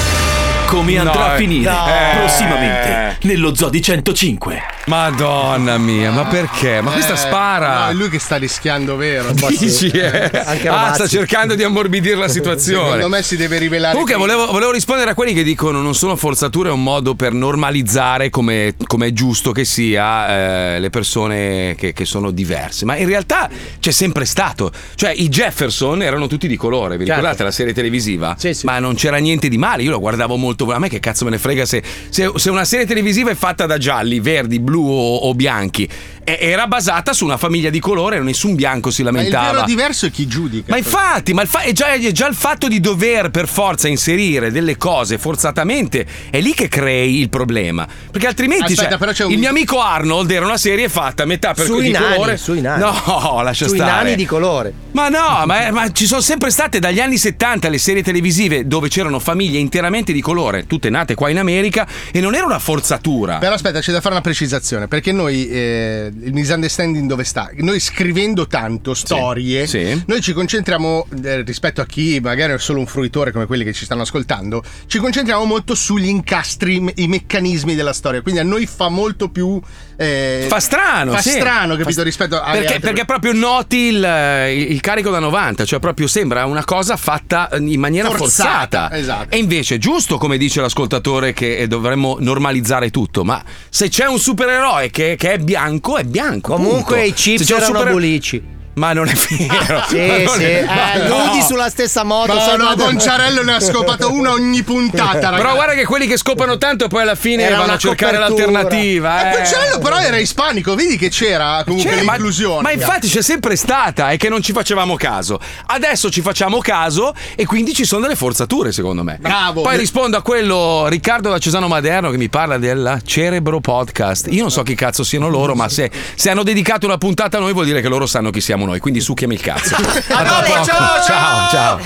Come andrà No, a finire no. Eh. prossimamente Eh. nello zoo di 105. Madonna mia, ma perché? Ma questa Eh, spara. No, è lui che sta rischiando, vero? Dici, eh? ah, sta cercando di ammorbidire la situazione. Secondo me si deve rivelare. Comunque prima. volevo, volevo rispondere a quelli che dicono non sono forzature, è un modo per normalizzare come, come è giusto che sia eh, le persone che, che sono diverse. Ma in realtà c'è sempre stato. Cioè i Jefferson erano tutti di colore, vi Certo. ricordate la serie televisiva? Ma non c'era niente di male, io lo guardavo molto. A me che cazzo me ne frega se, se- se una serie televisiva è fatta da gialli, verdi, blu o, o bianchi. E- era basata su una famiglia di colore, nessun bianco si Ma il lamentava. vero diverso è chi giudica. Ma infatti, ma il fa- è, già, è già il fatto di dover per forza inserire delle cose forzatamente, è lì che crei il problema. Perché altrimenti Aspetta, cioè, però c'è un- il mio amico Arnold era una serie fatta a metà per Sui di nani, colore. sui nani. No, lascia Sui stare. nani di colore. Ma no, ma, ma ci sono sempre state dagli anni 70 le serie televisive dove c'erano famiglie interamente di colore, tutte nate qua in America, e non era una forzatura. Però aspetta, c'è da fare una precisazione, perché noi eh, il misunderstanding dove sta? Noi scrivendo tanto storie, noi ci concentriamo eh, rispetto a chi magari è solo un fruitore come quelli che ci stanno ascoltando, ci concentriamo molto sugli incastri, me- i meccanismi della storia, quindi a noi fa molto più eh, Fa strano, fa sì. strano, capito, Fa- rispetto a perché, perché proprio noti il, il carico da 90, cioè proprio sembra una cosa fatta eh, in maniera Forzata, forzata. esatto. E invece è giusto, come dice l'ascoltatore, che eh, dovremmo normalizzare tutto, ma se c'è un supereroe che, che è bianco, è bianco. Comunque punto. i chips Se c'è un erano supereroe- bulici. Ma non è vero. Sì, Ma non sì. è- Eh, ma no. nudi sulla stessa moto. No, sai, no, guarda- Bonciarello ne ha scopato una ogni puntata, ragazzi. Però guarda che quelli che scopano tanto poi alla fine Era vanno una a cercare copertura. l'alternativa. Eh, eh. Bonciarello però era ispanico, vedi che c'era comunque C'era, Cioè, ma- l'inclusione. Ma, infatti c'è sempre stata, è che non ci facevamo caso. Adesso ci facciamo caso e quindi ci sono delle forzature, secondo me. Bravo. Poi rispondo a quello Riccardo da Cesano Maderno che mi parla del Cerebro Podcast. Io non so chi cazzo siano loro, ma se, se hanno dedicato una puntata a noi vuol dire che loro sanno chi siamo noi, quindi succhiami il cazzo. Ah, A tra poco. ciao, ciao, ciao,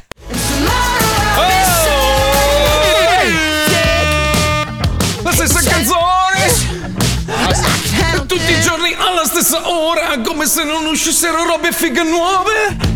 ciao. La stessa canzone! Eh, Tutti i giorni alla stessa ora, come se non uscissero robe fighe nuove. I don't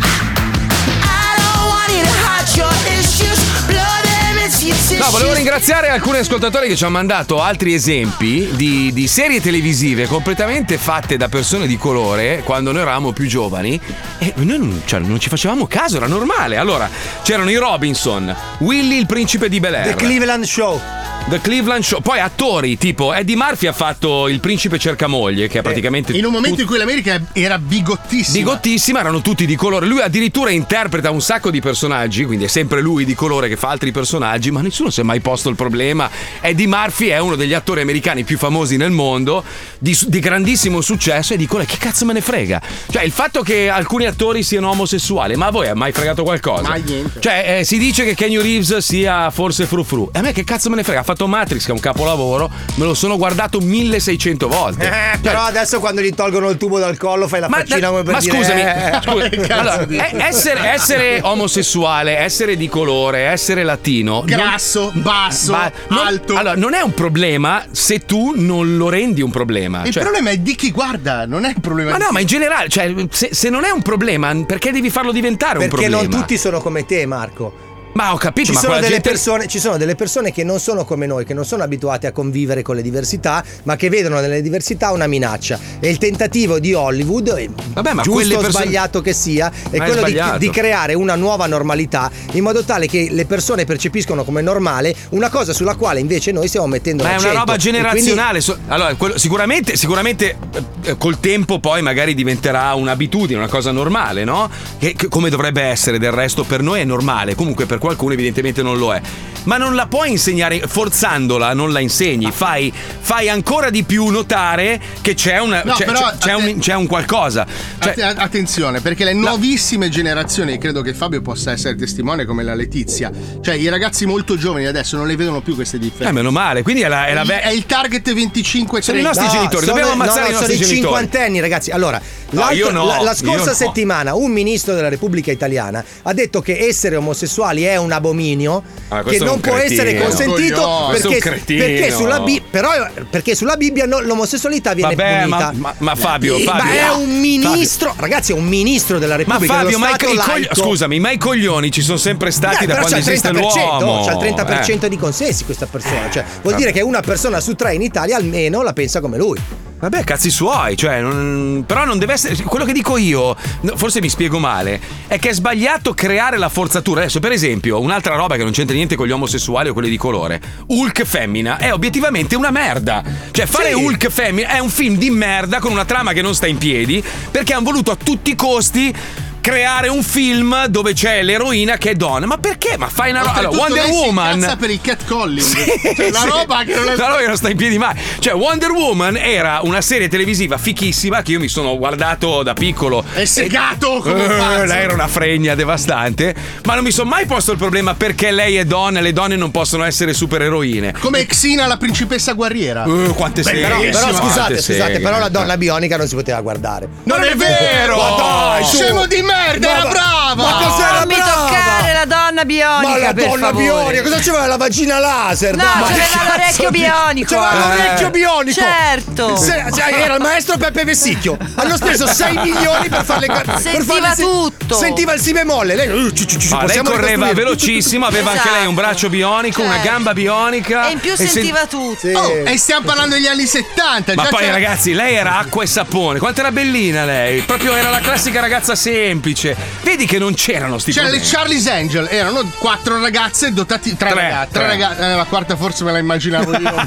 want you to hide your issues. Blow them yes, yes, yes. No, volevo yes. ringraziare alcuni ascoltatori che ci hanno mandato altri esempi di, di serie televisive completamente fatte da persone di colore quando noi eravamo più giovani e noi non, cioè, non ci facevamo caso, era normale. Allora, c'erano i Robinson, Willy il principe di Bel The Air. Cleveland Show. The Cleveland Show, poi attori tipo Eddie Murphy ha fatto Il principe cercamoglie, che è praticamente. In un momento in cui l'America era bigottissima. Bigottissima, erano tutti di colore. Lui addirittura interpreta un sacco di personaggi, quindi è sempre lui di colore che fa altri personaggi, ma nessuno si è mai posto il problema. Eddie Murphy è uno degli attori americani più famosi nel mondo, di, su- di grandissimo successo, e dico, "Che cazzo me ne frega?" Cioè, il fatto che alcuni attori siano omosessuali, ma a voi è mai fregato qualcosa? Mai niente. Cioè, eh, si dice che Kenny Reeves sia forse frufru. E a me che cazzo me ne frega? Ha fatto Matrix, che è un capolavoro, me lo sono guardato 1600 volte. Cioè, Eh, però adesso quando gli tolgono il tubo dal collo fai la Ma, faccina come per ma dire, scusami, eh, scusa, che cazzo allora, dici? eh, essere, essere omosessuale, essere di colore, essere latino, non- Grasso, basso, ba- non- alto. allora, non è un problema se tu non lo rendi un problema. il cioè- problema è di chi guarda, non è il problema ma di no, chi- ma in generale, cioè, se, se non è un problema, perché devi farlo diventare un Perché non problema? tutti sono come te, Eh, Marco. Ma ho capito, Ci ma sono, quella delle gente- persone, ci sono delle persone che non sono come noi, che non sono abituate a convivere con le diversità, ma che vedono nelle diversità una minaccia. E il tentativo di Hollywood, eh, ma quelle giusto o persone- sbagliato che sia, è Ma è quello di- sbagliato. di, creare una nuova normalità in modo tale che le persone percepiscono come normale una cosa sulla quale invece noi stiamo mettendo Ma è una l'accento. roba Certo. E quindi- generazionale. so- Allora, quello- sicuramente, sicuramente eh, eh, col tempo poi magari diventerà un'abitudine, una cosa normale, no? Che, che- come dovrebbe essere del resto per noi è normale, comunque per qualcuno evidentemente non lo è. Ma non la puoi insegnare forzandola, non la insegni, fai, fai ancora di più notare che c'è, una- No, c'è- però, c'è- c'è un, c'è un qualcosa. Cioè, Att- attenzione, perché le nuovissime generazioni, credo che Fabio possa essere testimone come la Letizia, cioè i ragazzi molto giovani adesso non le vedono più queste differenze. eh, meno male, quindi è la, è la Il- ve- è il target 25 Sono i nostri genitori, dobbiamo ammazzare i nostri sono genitori. i cinquantenni, ragazzi. Allora, No, l'altro- io no, la, la io scorsa no. settimana un ministro della Repubblica Italiana ha detto che essere omosessuali è un abominio, Ah, che questo è non un può cretino. essere consentito Coglione, questo è un perché, cretino. perché sulla Bi- però, perché sulla Bibbia no- l'omosessualità viene Vabbè, ma, punita. ma- ma Fabio, Eh, Fabio. ma è un ministro, ragazzi, è un ministro della Ma Repubblica Fabio, dello ma i, Stato i cogli- laico. scusami, ma i coglioni ci sono sempre stati Beh, da però quando c'ha il esiste 30%, l'uomo. C'ha il 30% Eh. di consensi questa persona. Cioè, vuol Vabbè. dire che una persona su tre in Italia almeno la pensa come lui. Vabbè, cazzi suoi, cioè, non- però non deve essere. Quello che dico io, no, forse mi spiego male, è che è sbagliato creare la forzatura. Adesso, per esempio, un'altra roba che non c'entra niente con gli omosessuali o quelli di colore, Hulk femmina è obiettivamente una merda. Cioè, fare Hulk femmina è un film di merda con una trama che non sta in piedi perché hanno voluto a tutti i costi. Creare un film dove c'è l'eroina che è donna. Ma perché? Ma fai una roba. Allora, Oltretutto Wonder lei si Woman. incazza per il catcalling. Sì, Cioè, la sì. roba che non è La roba che non sta in piedi mai. Cioè, Wonder Woman era una serie televisiva fichissima che io mi sono guardato da piccolo. È segato come un Eh, pazzo. Lei era una fregna devastante. Ma non mi sono mai posto il problema perché lei è donna e le donne non possono essere supereroine. Come Xina la principessa guerriera. Eh, quante Beh, seghe. Però, Bellissimo. però Quante scusate, scusate, seghe. però la donna bionica non si poteva guardare. Non è Eh, vero! Ma dai, su! Scemo di merda, Ma- era brava! Ma cos'era non mi brava? toccare la donna bionica. Ma la per donna favore. bionica, cosa c'aveva la vagina laser? No, dai? Ma c'aveva che cazzo l'orecchio di- bionico. C'aveva Eh. l'orecchio bionico! Certo. Se- cioè, era il maestro Peppe Vessicchio. Hanno speso 6 milioni per farle car- per Sentiva farle tutto. Sentiva il si bemolle. Lei, eh, ci- ci- ci- Ah, lei possiamo correva ricostruire. velocissimo, aveva anche lei un Esatto. braccio bionico, Cioè, una Certo. gamba bionica. E in più sen- sentiva tutto. Oh, e stiamo parlando degli anni 70. Ma già poi c'era- ragazzi, lei era acqua e sapone. Quanto era bellina lei? Proprio era la classica ragazza semplice. Vedi che non c'erano sti C'era Cioè, le problemi. Charlie's Angel, erano quattro ragazze dotati. Tre, Tre, ragazze. Tre tre. ragazze. eh, la quarta forse me la immaginavo io.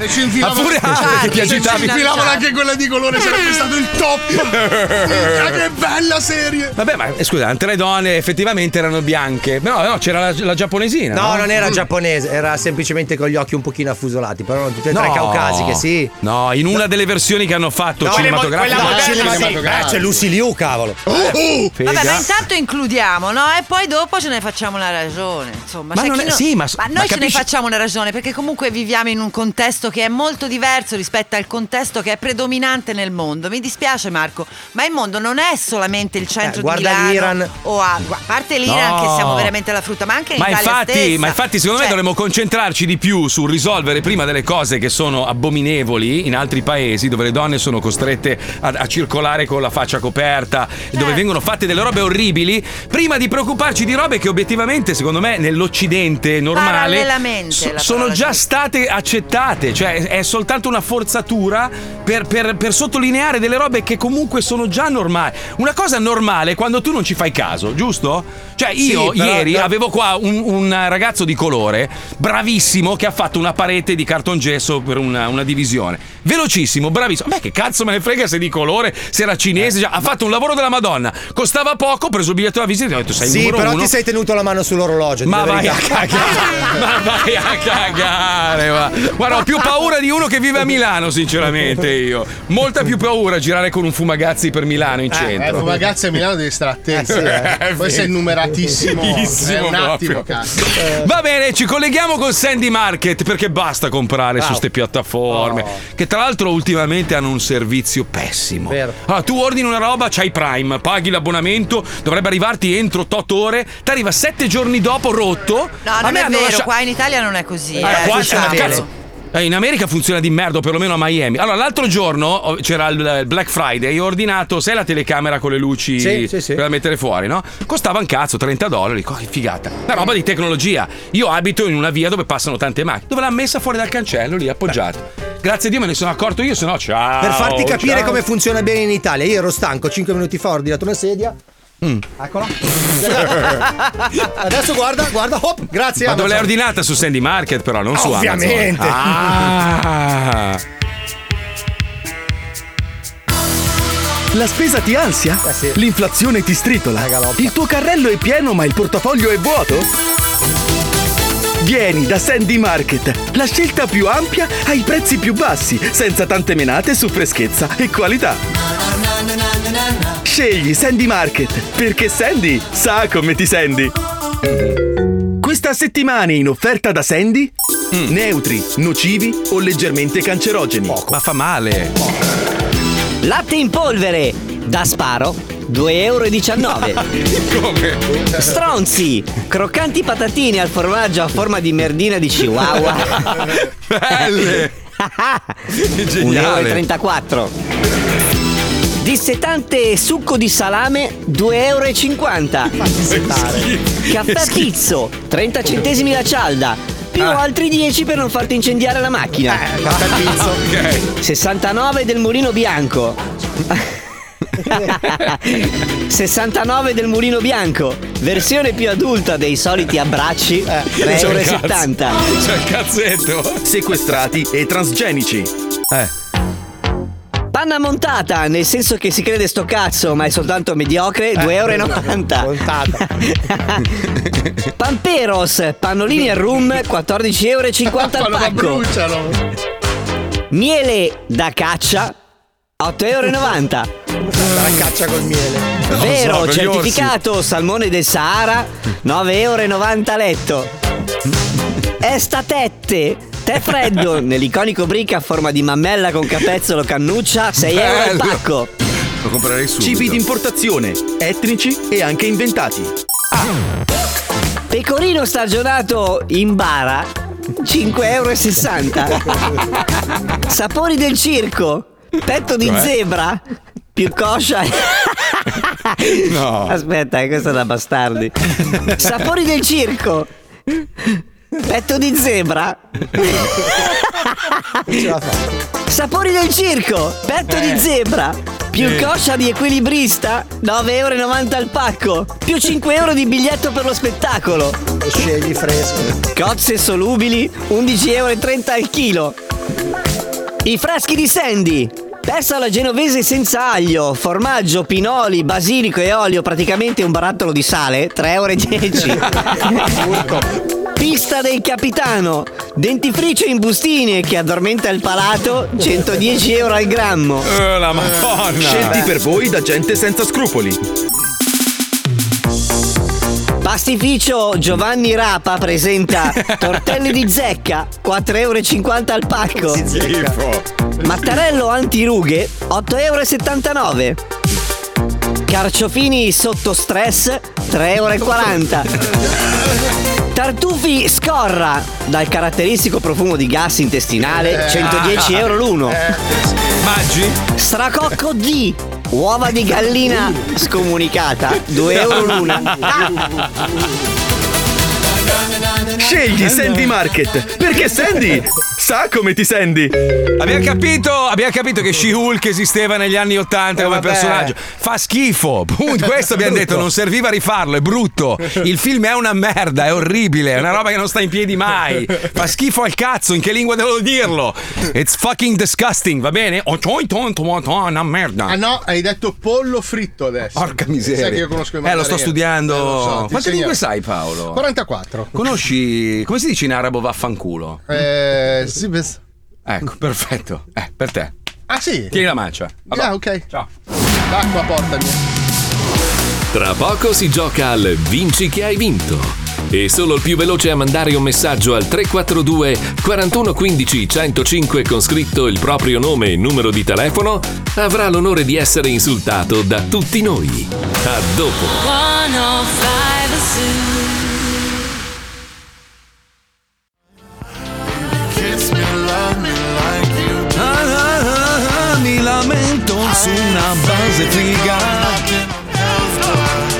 Se ci infilavano- Ma pure Ale, che ti se ci agitavi. Cioè. infilavano anche quella di colore, sarebbe stato il top. Minchia, che bella serie! Vabbè, ma eh, scusa, anche le donne effettivamente erano bianche. No, no, c'era la, la giapponesina. No, non era Mm. giapponese, era semplicemente con gli occhi un pochino affusolati. Però erano tutte e tre No. caucasiche, sì. No, in una delle versioni che hanno fatto No, cinematografica. quella mo- No, quella moderna, sì. Oh! cinematografica. Eh, c'è Lucy Liu, cavolo. Oh, Figa. Vabbè, ma intanto includiamo, no? E poi dopo ce ne facciamo una ragione. Insomma, Ma Cioè, non chi è- sì, ma- ma noi ce ne capisci- facciamo una ragione perché comunque viviamo in un contesto che è molto diverso rispetto al contesto che è predominante nel mondo. Mi dispiace, Marco, ma il mondo non è solamente il centro Eh, guarda di Milano l'Iran. o a, gu- a parte l'Iran, No. che siamo veramente alla frutta, ma anche Ma l'Italia infatti, stessa. ma infatti, secondo me Cioè, dovremmo concentrarci di più sul risolvere prima delle cose che sono abominevoli in altri paesi dove le donne sono costrette a, a Certo. circolare con la faccia coperta, dove vengono fatte delle robe orribili, prima di preoccuparci di robe parole che obiettivamente, secondo me, nell'Occidente normale Parallelamente, la sono parola già state accettate. Cioè, è soltanto una forzatura per, per- per sottolineare delle robe che comunque sono già normali. Una cosa normale è quando tu non ci fai caso, giusto? Cioè, io Sì, però- ieri però- avevo qua un, un ragazzo di colore, bravissimo, che ha fatto una parete di cartongesso per una, una divisione. Velocissimo, bravissimo. Beh, che cazzo me ne frega se è di colore, se era Eh. cinese. già. Ha fatto un lavoro della Madonna. Costava poco, ho preso il biglietto da visita e ho detto: Sei il Sì, numero però uno. ti sei tenuto la mano sull'orologio. Ma dico la vai a verità. cagare, ma vai a cagare. va. Guarda, ho più paura di uno che vive a Milano, sinceramente io. Molta più paura a girare con un fumagazzi per Milano in Eh, centro. ragazzi a Milano devi stare attento. Eh, sì, eh. eh. Poi Sì. sei numeratissimo. Numeratissimo È un attimo, proprio. cazzo. Va bene, ci colleghiamo con Sandy Market perché basta comprare su Wow. queste piattaforme che tra l'altro ultimamente hanno un servizio pessimo. Ah, tu ordini una roba, c'hai Prime, paghi l'abbonamento, dovrebbe arrivarti entro 8 ore, ti arriva 7 giorni dopo rotto. No, non me è hanno vero, lascia- qua in Italia non è così. Eh, Eh, qua- diciamo. ma cazzo, eh, in America funziona di merda, perlomeno a Miami. Allora, l'altro giorno oh, c'era il eh, Black Friday, ho ordinato, sai la telecamera con le luci Sì, sì, sì. per da mettere fuori, no? Costava un cazzo, 30 dollari, co- che figata. Una roba di tecnologia. Io abito in una via dove passano tante macchine, dove l'ha messa fuori dal cancello, lì appoggiata. Grazie a Dio me ne sono accorto io, se no ciao. Per farti capire ciao. come funziona bene in Italia, io ero stanco 5 minuti fa, ho ordinato una sedia. Mm. Eccola. Adesso guarda, guarda, hop, grazie. Ma dove l'hai Amazon. ordinata? Su Sandy Market, però, non su Amazon. Ovviamente. Ah. La spesa ti ansia? L'inflazione ti stritola? Il tuo carrello è pieno ma il portafoglio è vuoto? Vieni da Sandy Market, la scelta più ampia ai prezzi più bassi, senza tante menate su freschezza e qualità. Scegli Sandy Market, perché Sandy sa come ti senti. Questa settimana in offerta da Sandy? Mm. Neutri, nocivi o leggermente cancerogeni. Ma fa male. Latte in polvere da sparo 2,19 euro. Come? Stronzi, croccanti patatine al formaggio a forma di merdina di chihuahua. Belle! 1,34 euro. Dissetante succo di salame 2,50 euro. Caffè pizzo 30 centesimi la cialda. Più altri 10 per non farti incendiare la macchina. Ah. Eh, caffè pizzo. 69 del mulino bianco. 69 del mulino bianco, versione più adulta dei soliti abbracci, 3,70 C'è euro. il cazzo. C'è il Cioè, cazzetto. Eh, Sequestrati e transgenici. Panna montata, nel senso che si crede sto cazzo, ma è soltanto mediocre, 2,90 euro. Pamperos, pannolini al rum, 14,50 euro al Ecco. Fanno- pacco. bruciano. Miele da caccia, 8,90 euro. La caccia col miele. Vero, certificato, salmone del Sahara, 9,90 euro a letto. Estatette, tè freddo, nell'iconico brick a forma di mammella con capezzolo cannuccia, 6 euro al Bello. pacco. Lo comprerei subito. Cibi d'importazione, etnici e anche inventati. Ah. Pecorino stagionato in bara, 5,60 euro. Sapori del circo, petto di Cioè? zebra, più coscia. No. Aspetta, eh, questa è da bastardi. Sapori del circo, petto di zebra. Sapori del circo, petto di zebra. Più Sì. coscia di equilibrista, 9,90 euro al pacco. Più 5 euro di biglietto per lo spettacolo. Scegli fresco. Cozze solubili, 11,30 euro al chilo. I fraschi di Sandy. Pesta alla genovese senza aglio, formaggio, pinoli, basilico e olio, praticamente un barattolo di sale, 3,10 euro. Pista del capitano, dentifricio in bustine che addormenta il palato, 110 euro al grammo. Eh, la madonna. Scelti per voi da gente senza scrupoli. Pastificio Giovanni Rapa presenta tortelli di zecca, 4,50 euro al pacco. Mattarello antirughe, 8,79 euro. Carciofini sotto stress, 3,40 euro. Tartufi scorra, dal caratteristico profumo di gas intestinale, 110 euro l'uno. Maggi? Stracocco D, Uova di gallina scomunicata, 2 euro l'una. Scegli Sandy Market, perché Sandy sa come ti senti. Abbiamo capito, abbiamo capito che She-Hulk esisteva negli anni Ottanta come vabbè. personaggio. Fa schifo. Punto. Questo abbiamo Brutto. detto, non serviva rifarlo, è brutto. Il film è una merda, è orribile, è una roba che non sta in piedi mai. Fa schifo al cazzo, in che lingua devo dirlo? It's fucking disgusting, va bene? Oh, toi, ton, ton, ton, Una merda. Ah no, hai detto pollo fritto adesso. Porca miseria. Sai che io conosco i eh, lo sto mandarini. studiando. Eh, lo so, ti Quante lingue insegnerò. sai, Paolo? 44. Conosci. come si dice in arabo vaffanculo? Eh, sì, penso- Ecco, perfetto. Eh, per te. Ah sì? Tieni la mancia. Vabbè. Ah, ok. Ciao. L'acqua portami. Tra poco si gioca al Vinci che hai vinto. E solo il più veloce a mandare un messaggio al 342 4115 105 con scritto il proprio nome e numero di telefono avrà l'onore di essere insultato da tutti noi. A dopo. 105 Zoo. Ah, Mi lamento su una base figa.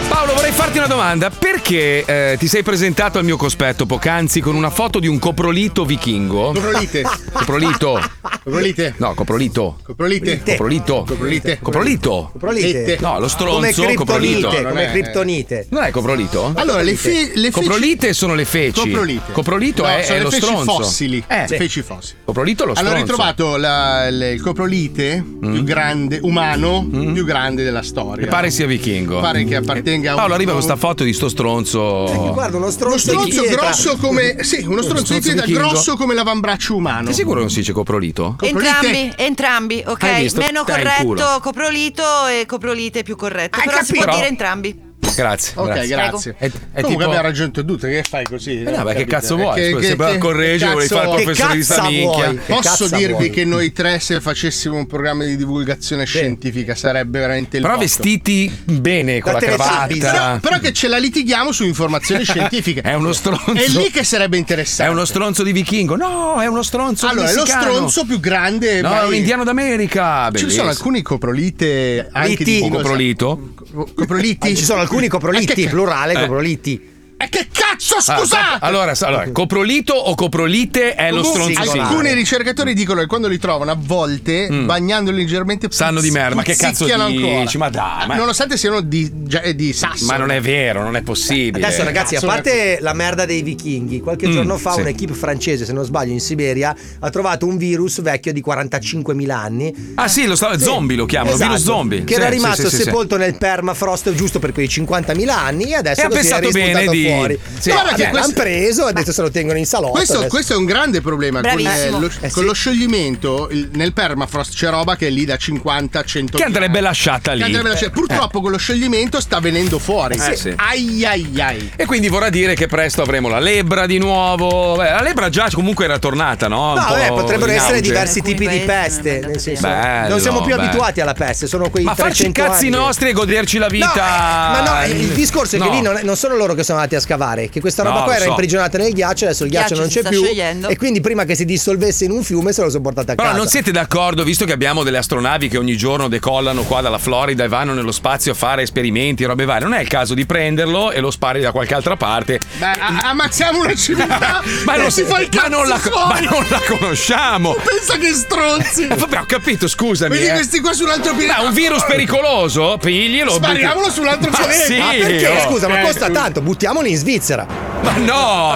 Paolo, vorrei farti una domanda. Perché eh, ti sei presentato al mio cospetto poc'anzi con una foto di un coprolito vichingo? Coprolite. Coprolito. Coprolite. No, coprolito. Coprolite. Coprolito. Coprolite. Coprolito. Coprolite. No, lo stronzo. Come criptonite, coprolito. come Non è- criptonite. Non è coprolito? Allora, le fe- le feci- Coprolite sono le feci. Coprolite. Coprolito No, è, sono è le lo feci stronzo. fossili. Eh, Sì. feci fossili. Coprolito è lo stronzo. Hanno ritrovato la- le- il coprolite più grande, umano, più grande della Mi storia. Mm. pare sia vichingo. Pare che appartenga a un- Paolo arriva con sta foto di sto Eh, stronzo. uno stronzo, di pietra. grosso come. Sì, uno stronzo di stronzo di pietra Kingo. grosso come l'avambraccio umano. Sei sicuro che non si dice coprolito? Entrambi, entrambi, ok? Hai visto? Meno Dai, in corretto culo. coprolito e coprolite più corretto. Però si può capito? dire entrambi. Grazie. Ok, grazie. È, è Comunque tipo... abbiamo raggiunto tutto, che fai così? Eh no, ma che Capito? cazzo vuoi? Che- Scusa, che- sembra che- Correggio, che volevi fare il cazzo- professore di che sta cazzo minchia. vuoi? Che Posso cazzo dirvi vuoi? che noi tre, se facessimo un programma di divulgazione scientifica, sarebbe veramente il Però botto. vestiti bene con la, cravatta. Però, però che ce la litighiamo su informazioni scientifiche. È uno stronzo. È lì che sarebbe È interessante. uno stronzo di vichingo. No, è uno stronzo Allora, è lo messicano. stronzo più Eh, grande. No, mai- è un indiano d'America. Ci sono alcuni coprolite anche di O Kingo. coprolito. Coproliti. Ah, Ci sono alcuni coprolitti, Eh, che- plurale, eh. coproliti. E che cazzo, Ah, scusate! co- allora, sa- allora, coprolito o coprolite è lo Comunque, stronzo singolare. Alcuni ricercatori dicono che quando li trovano a volte, Mm. bagnandoli leggermente, Sanno di merda, ma che cazzo pizzicchiano ancora. Ah, dici? Ma dai, ma- Nonostante siano di, già- eh, di sasso. Ma non è vero, non è possibile. Eh, Adesso ragazzi, a Cazzo, parte la merda dei vichinghi, qualche Mm, giorno fa sì. un'equipe francese, se non sbaglio, in Siberia ha trovato un virus vecchio di 45.000 anni. Ah sì, lo sta- zombie lo chiamano, Esatto, virus zombie. Che Sì, era sì, rimasto sì, sì, sì. sepolto nel permafrost giusto per quei 50.000 anni e adesso E ha lo si è pensato bene rispuntato di- fuori. Sì. No, Guarda vabbè, che l'hanno questo- preso e adesso se lo tengono in salotto. Questo, adesso. questo è un grande problema. Con, Bravissimo. eh, lo, Eh, con sì. lo scioglimento, il- nel permafrost c'è roba che è lì da 50-100 Che andrebbe lasciata Eh. lì. Purtroppo con lo scioglimento sta venendo fuori. Eh, sì. Ai ai ai. Eh. E quindi vorrà dire che presto avremo la lebbra di nuovo. Beh, la lebbra già comunque era tornata, no? Ah, Un No, po' vabbè, potrebbero in essere auge. diversi tipi di peste. nel senso, Bello, non siamo più bello. abituati alla peste, sono quei Ma farci i 300 cazzi anni. nostri e goderci la No, vita. eh, ma no, eh, il discorso è che No. lì non, non sono loro che sono andati a scavare, che questa roba No, qua lo era so. imprigionata nel ghiaccio, adesso il Il ghiaccio, ghiaccio non si c'è sta più. sciogliendo. E quindi prima che si dissolvesse in un fiume se lo sono portata a Però casa. non siete d'accordo, visto che abbiamo delle astronavi che ogni giorno decollano qua dalla Florida e vanno nello spazio a fare esperimenti, robe varie. Non è il caso di prenderlo e lo spari da qualche altra parte. Beh, a- ammazziamo una civiltà. Ma che non, si fa il ma cazzo non la, ma fuori. non la conosciamo. Pensa che stronzi. Eh, Vabbè, ho capito, scusami. Vedi eh. questi qua su un altro pianeta. Ma un virus pericoloso? Piglielo. Spariamolo su un altro Ma pianeta. Sì, ma perché? oh. Scusa, ma Eh, costa tanto, buttiamoli in Svizzera. Ma Ma no,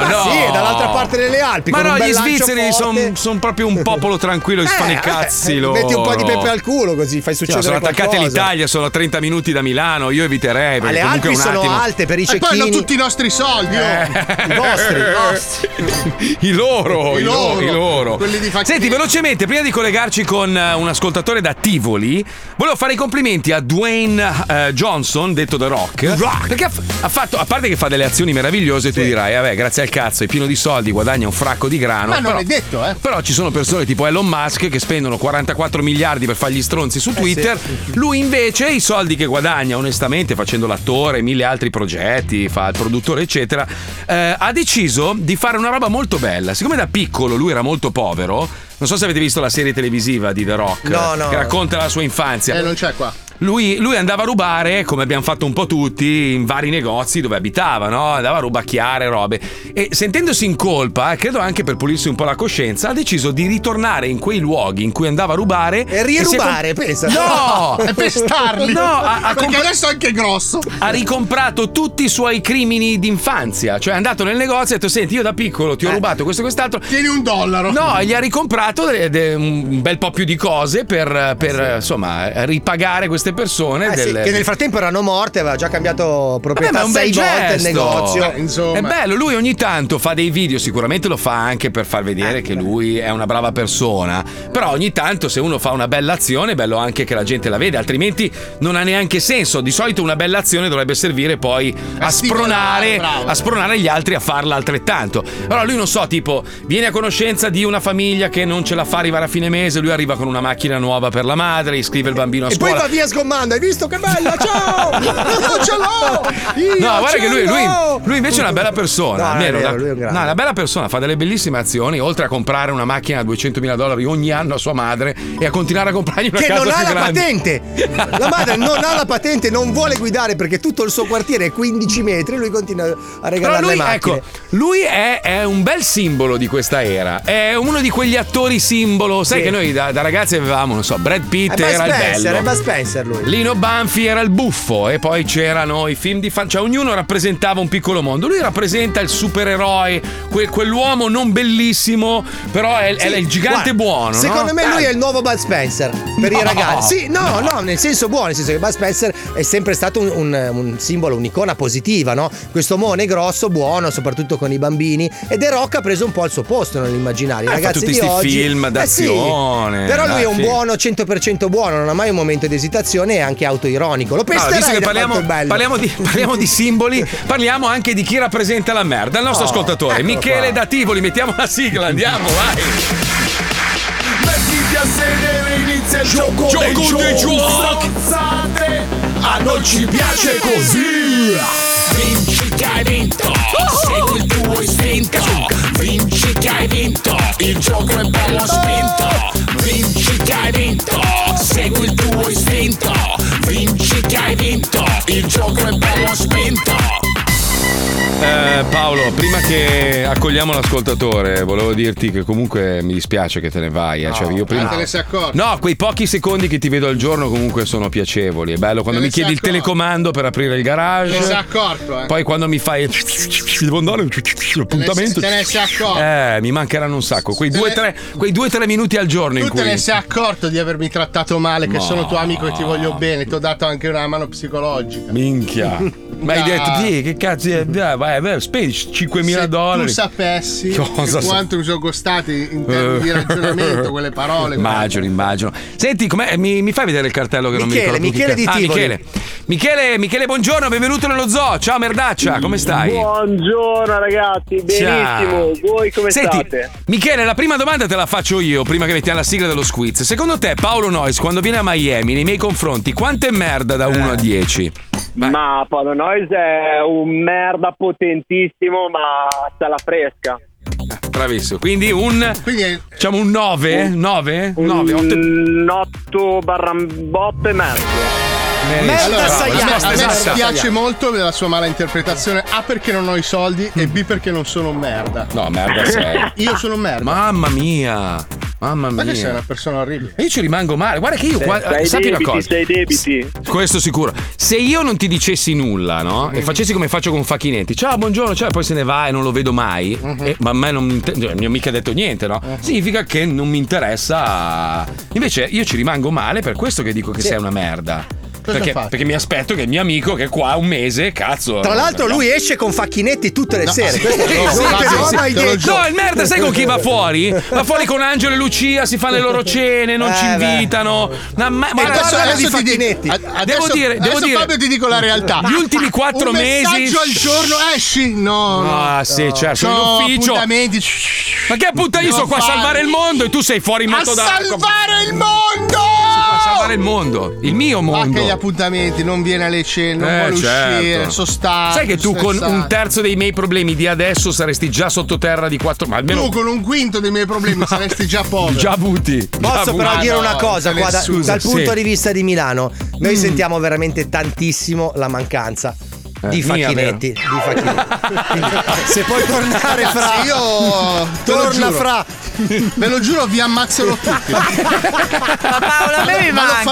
no. Ah, sì, dall'altra parte delle Alpi, Ma con no, un bel gli lancio svizzeri sono forte. Eh, proprio un popolo tranquillo, gli fanno i cazzi. loro. Metti un po' di pepe al culo così fai Sì, ma succedere sono attaccati qualcosa. all'Italia, sono a 30 minuti da Milano, io eviterei. Ma perché le comunque Alpi è un sono attimo. alte per i E poi hanno cecchini. Eh. tutti i nostri soldi. oh. I vostri, i I loro, I i, loro, loro. i loro. Quelli di Facchini. Senti, velocemente, prima di collegarci con eh, un ascoltatore da Tivoli, volevo fare i complimenti a Dwayne eh, Johnson, detto The Rock. Perché ha, f- ha fatto, a parte che fa delle azioni meravigliose, tu dirai, "Eh, vabbè, grazie al cazzo, è pieno di soldi, guadagna un fracco di grano. Ma non però, è detto, eh. però ci sono persone tipo Elon Musk che spendono 44 miliardi per fargli stronzi Eh, su Twitter. Lui invece i soldi che guadagna, onestamente, facendo l'attore, mille altri progetti, fa il produttore, eccetera, eh, ha deciso di fare una roba molto bella. Siccome da piccolo lui era molto povero, non so se avete visto la serie televisiva di The Rock No, no. che racconta la sua infanzia. Eh, non c'è qua. lui, lui andava a rubare, come abbiamo fatto un po' tutti, in vari negozi dove abitava, no? andava a rubacchiare robe. E sentendosi in colpa, credo anche per pulirsi un po' la coscienza, ha deciso di ritornare in quei luoghi in cui andava a E rubare si è con- rirubare, pensa. No! E pestarli. No, ha, ha Perché adesso è anche grosso. Ha ricomprato tutti i suoi crimini d'infanzia. Cioè è andato nel negozio e ha detto: Senti, io da piccolo Eh. ti ho rubato questo e quest'altro. Tieni un dollaro. No, e gli ha ricomprato de- de- un bel po' più di cose per, per, insomma ripagare queste persone. Eh Ah, sì, del- che nel frattempo erano morte, aveva già cambiato Vabbè, ma proprietà è un bel sei volte il gesto. Eh, negozio. Beh, È bello, lui ogni tanto fa dei video, sicuramente lo fa anche per far vedere che lui è una brava persona, però ogni tanto se uno fa una bella azione è bello anche che la gente la vede, altrimenti non ha neanche senso. Di solito una bella azione dovrebbe servire poi a, stimolare, spronare, bravo. a spronare gli altri a farla altrettanto. Allora lui non so, tipo, viene a conoscenza di una famiglia che non ce la fa arrivare a fine mese, lui arriva con una macchina nuova per la madre, iscrive il bambino a E poi scuola. va via sgommando, hai visto che bella? Ciao! Io ce l'ho! Io No, guarda ce che lui, lui- l'ho! lui invece è una bella persona. No, non è almeno vero, da- lui è un grande. no, è una bella persona, fa delle bellissime azioni, oltre a comprare una macchina a 200.000 dollari ogni anno a sua madre e a continuare a comprargli una Che casa non ha più la grande. patente! La madre non ha la patente, non vuole guidare perché tutto il suo quartiere è 15 metri e lui continua a Però regalare lui, le macchine. ecco, lui è, è un bel simbolo di questa era. È uno di quegli attori simbolo. Sai Sì. che noi da, da ragazzi avevamo, non so, Brad Pitt È Bud era il Spencer, bello. è Bud Spencer lui. Lino Banfi era il buffo e poi c'erano i film di fan, cioè ognuno rappresentava un piccolo mondo. Lui rappresenta il supereroe, que- quell'uomo non bellissimo, però è, è Sì, il gigante guarda, buono. Secondo no? me lui Dai. è il nuovo Bud Spencer per No. i ragazzi. Sì, no, no, nel senso buono, nel senso che Bud Spencer è sempre stato un, un- un simbolo, un'icona positiva, no? Questo mone grosso, buono, soprattutto con i bambini. E The Rock ha preso un po' il suo posto nell'immaginario. I Eh, fa ragazzi tutti di sti oggi. film eh d'azione, sì. Però lui dai, è un sì. buono 100% buono, non ha mai un momento di esitazione e anche autoironico. Lo No, pesterai visto che da parliamo, quanto è bello. parliamo di, parliamo di simboli, parliamo anche di chi rappresenta la merda. Il nostro Oh, ascoltatore, eccolo Michele da Tivoli, mettiamo la sigla, andiamo, vai. Mettiti a sedere, inizia il gioco, Gioco dei dei giochi. giochi. Strozzate, a noi ci piace così. Vinci che hai vinto, segui il tuo istinto. Vinci che hai vinto, il gioco è bello spinto. Vinci che hai vinto, segui il tuo istinto. Vinci che hai vinto, il gioco è bello spinto. Eh, Paolo, prima che accogliamo l'ascoltatore, volevo dirti che comunque mi dispiace che te ne vai. eh. Cioè, io prima- Ma te ne sei accorto? No, quei pochi secondi che ti vedo al giorno comunque sono piacevoli. È bello quando Te mi ne sei chiedi il accorto? telecomando per aprire il garage. Te ne sei accorto, eh? Poi quando mi fai devo andare appuntamento. Te ne sei accorto. Eh, mi mancheranno un sacco. Quei due, tre, quei due, tre minuti al giorno in Tu te cui ne sei accorto di avermi trattato male, che Ma- sono tuo amico e ti voglio bene, ti ho dato anche una mano psicologica. Minchia. Ma hai Dai. detto, "Dì, che cazzo è? Dai, vai, vai, spendi 5.000 Se dollari. Tu sapessi Cosa che sa- quanto sono costate in termini di ragionamento quelle parole. Eh. Immagino, immagino. Senti, com'è? Mi, mi fai vedere il cartello che non Michele, mi ricordo più Michele chi di cazzo- Tivoli. Ah, Michele. Michele, Michele, buongiorno, benvenuto nello zoo. Ciao Merdaccia, Ah, come stai? Buongiorno ragazzi, benissimo. Ciao. Voi come Senti, state? Michele, la prima domanda te la faccio io, prima che mettiamo la sigla dello squiz. Secondo te Paolo Nois quando viene a Miami, nei miei confronti, quanto è merda da Eh. 1 a 10? Ma Paolo Noyes è un merda potentissimo, ma sta la fresca. Bravissimo. Quindi un diciamo un 9, 9, 9, 8 Un 8 barra botto e mezzo. Allora, a me- Assaiata. a me Esatto. spiace Assaiata. molto della sua mala interpretazione. A perché non ho i soldi e B perché non sono un merda. No, merda sei. Io sono un merda. Mamma mia. Mamma Ma mia. che sei una persona orribile. Io ci rimango male. Guarda che io Sei- qua, eh, sei sappi debiti, una cosa. sei debiti. S- Questo sicuro. Se io non ti dicessi nulla, no? E facessi come faccio con Facchinetti. Ciao, buongiorno, ciao, e poi se ne va e non lo vedo mai. Mhm. eh, ma a me non mi inter- cioè, mi ha mica detto niente, no? Significa che non mi interessa. Invece io ci rimango male per questo che dico che Sì. sei una merda. Cosa Perché, fai? perché mi aspetto che il mio amico che è qua un mese, cazzo. Tra l'altro no. lui esce con facchinetti tutte le No, sere. sì, Questo sì, non sì, te sì, l'ho sì. mai detto. No, il merda, sai con chi va fuori? Va fuori con Angelo e Lucia, si fanno le loro cene, non Eh, ci beh. invitano. Ma, ma, E ma adesso, guarda- adesso ti dico, Facchinetti. a- devo adesso- dire, devo adesso dire Fabio ti dico la realtà. Gli ultimi quattro Un mesi. messaggio al giorno, esci? No, no. Ah, sì, certo, C'ho in ufficio. appuntamenti. Ma che appunta io Devo sono qua a fare. salvare il mondo e tu sei fuori in A moto da. salvare il mondo! salvare il mondo, il mio mondo. Anche gli appuntamenti, non viene alle cene, non Eh, vuole uscire, certo. sostanza. Sai che tu con un terzo dei miei problemi di adesso saresti già sottoterra di quattro. Ma almeno. Tu con un quinto dei miei problemi saresti già povero. Già avuti. Già Posso avuti. però Ah, dire no, una cosa non qua, da- scusa, dal sì. Mm. punto di vista di Milano, noi sentiamo veramente tantissimo la mancanza di Eh, mia, facchinetti. di facchinetti. Se puoi tornare fra... Sì, io te lo Torna giuro. fra... Ve lo giuro, vi ammazzerò tutti. Ma Paolo, a me mi Ma manchi. lo,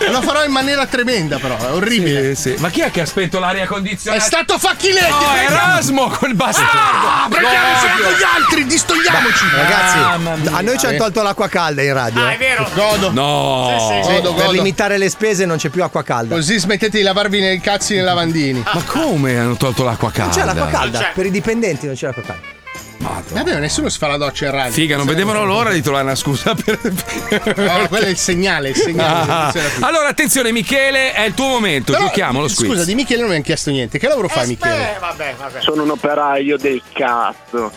farò, lo farò in maniera tremenda, però. È orribile. Ma chi è che ha spento l'aria È condizionata? stato Facchinetti! No, prendiamo- Erasmo quel bastardo! Ah, prendiamo No, fuoco ovvio. gli altri, distogliamoci! Ragazzi, Mamma mia. a noi ci hanno tolto l'acqua calda in radio. Ah, è vero. eh. Godo. No. Sì, sì, sì. Sì, Godo, per godo. limitare le spese non c'è più acqua calda. Così smettete di lavarvi nei cazzi nei lavandini. Ma come hanno tolto l'acqua Non calda? c'è l'acqua calda. Non c'è. Per i dipendenti non c'è l'acqua calda. Vabbè, nessuno si fa la doccia in radio. Cioè, Figa, non vedevano l'ora di trovare una scusa per. No, Eh, quello è il segnale, il segnale. Ah. Attenzione a tutto. Allora, attenzione, Michele, è il tuo momento. Però, Giochiamo lo squiz. Scusa, di Michele non mi hanno chiesto niente. Che lavoro fai, Michele? vabbè, vabbè. Sono un operaio del cazzo.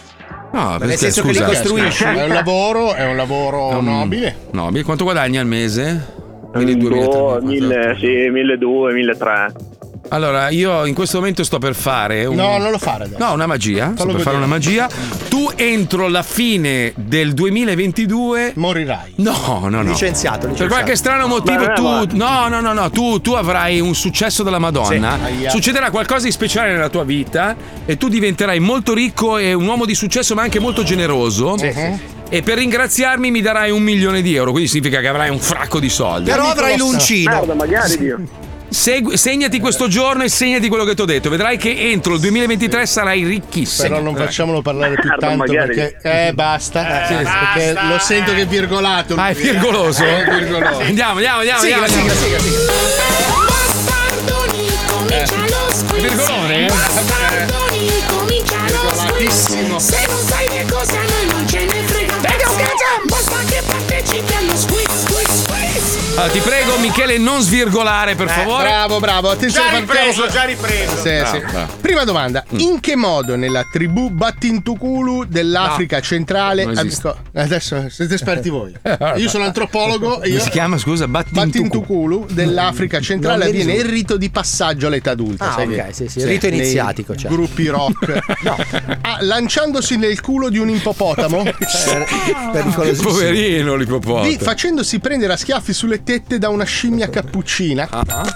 No, Nel perché senso che scusa. li costruisci. È un lavoro, è un lavoro Mm. nobile. Nobile. Quanto guadagni al mese? Quindi 2000. Boh, mille, sì, 1200, 1300. Allora, io in questo momento sto per fare. Un... No, non lo fare adesso. No, una magia. Sto Fallo per fare vedere. una magia. Tu entro la fine del 2022 morirai. No, no, no. Licenziato, Per licenziato. qualche strano motivo Ma non è tu No, no, no, no, tu, tu avrai un successo della Madonna. Sì. Aia. Succederà qualcosa di speciale nella tua vita e tu diventerai molto ricco e un uomo di successo, ma anche molto generoso. E per ringraziarmi mi darai un milione di euro, quindi significa che avrai un fracco di soldi. Però avrai l'uncino. magari Dio. Segu- segnati questo giorno e segnati quello che ti ho detto. Vedrai che entro il 2023 sarai ricchissimo. Però non facciamolo parlare più Guarda, tanto magari. perché. Eh, basta. sì, sì. Perché lo sento che è virgolato. Ah, è lui. virgoloso? Eh, È virgoloso. Andiamo, andiamo, andiamo. Sigla, andiamo, sigla, andiamo. sigla, sigla. È virgolone, eh? Se non sai che cosa noi non ce ne frega un cazzo Basta che partecipi allo squiz, squiz, squiz Allora, ti prego, Michele, non svirgolare, per favore. Eh, Bravo, bravo. Attenzione, Già partiamo ripreso, con- già ripreso. Sì, Bravo, sì. bravo. Prima domanda: Mm. in che modo nella tribù Battintukulu dell'Africa centrale. Ah, Non esiste. Amico, adesso siete esperti voi. Io sono antropologo. e Come Io... si chiama, scusa, Battintuku. Battintukulu dell'Africa centrale Non mi avviene il risulta. rito di passaggio all'età adulta. Ah, sai ok, che- sì, sì, il rito nei iniziatico, certo. cioè. Gruppi rock. Ah, lanciandosi nel culo di un ippopotamo. Ah. Pericolosissimo. Poverino di- l'ippopotamo. facendosi prendere a schiaffi sulle tette da una scimmia cappuccina. Ah.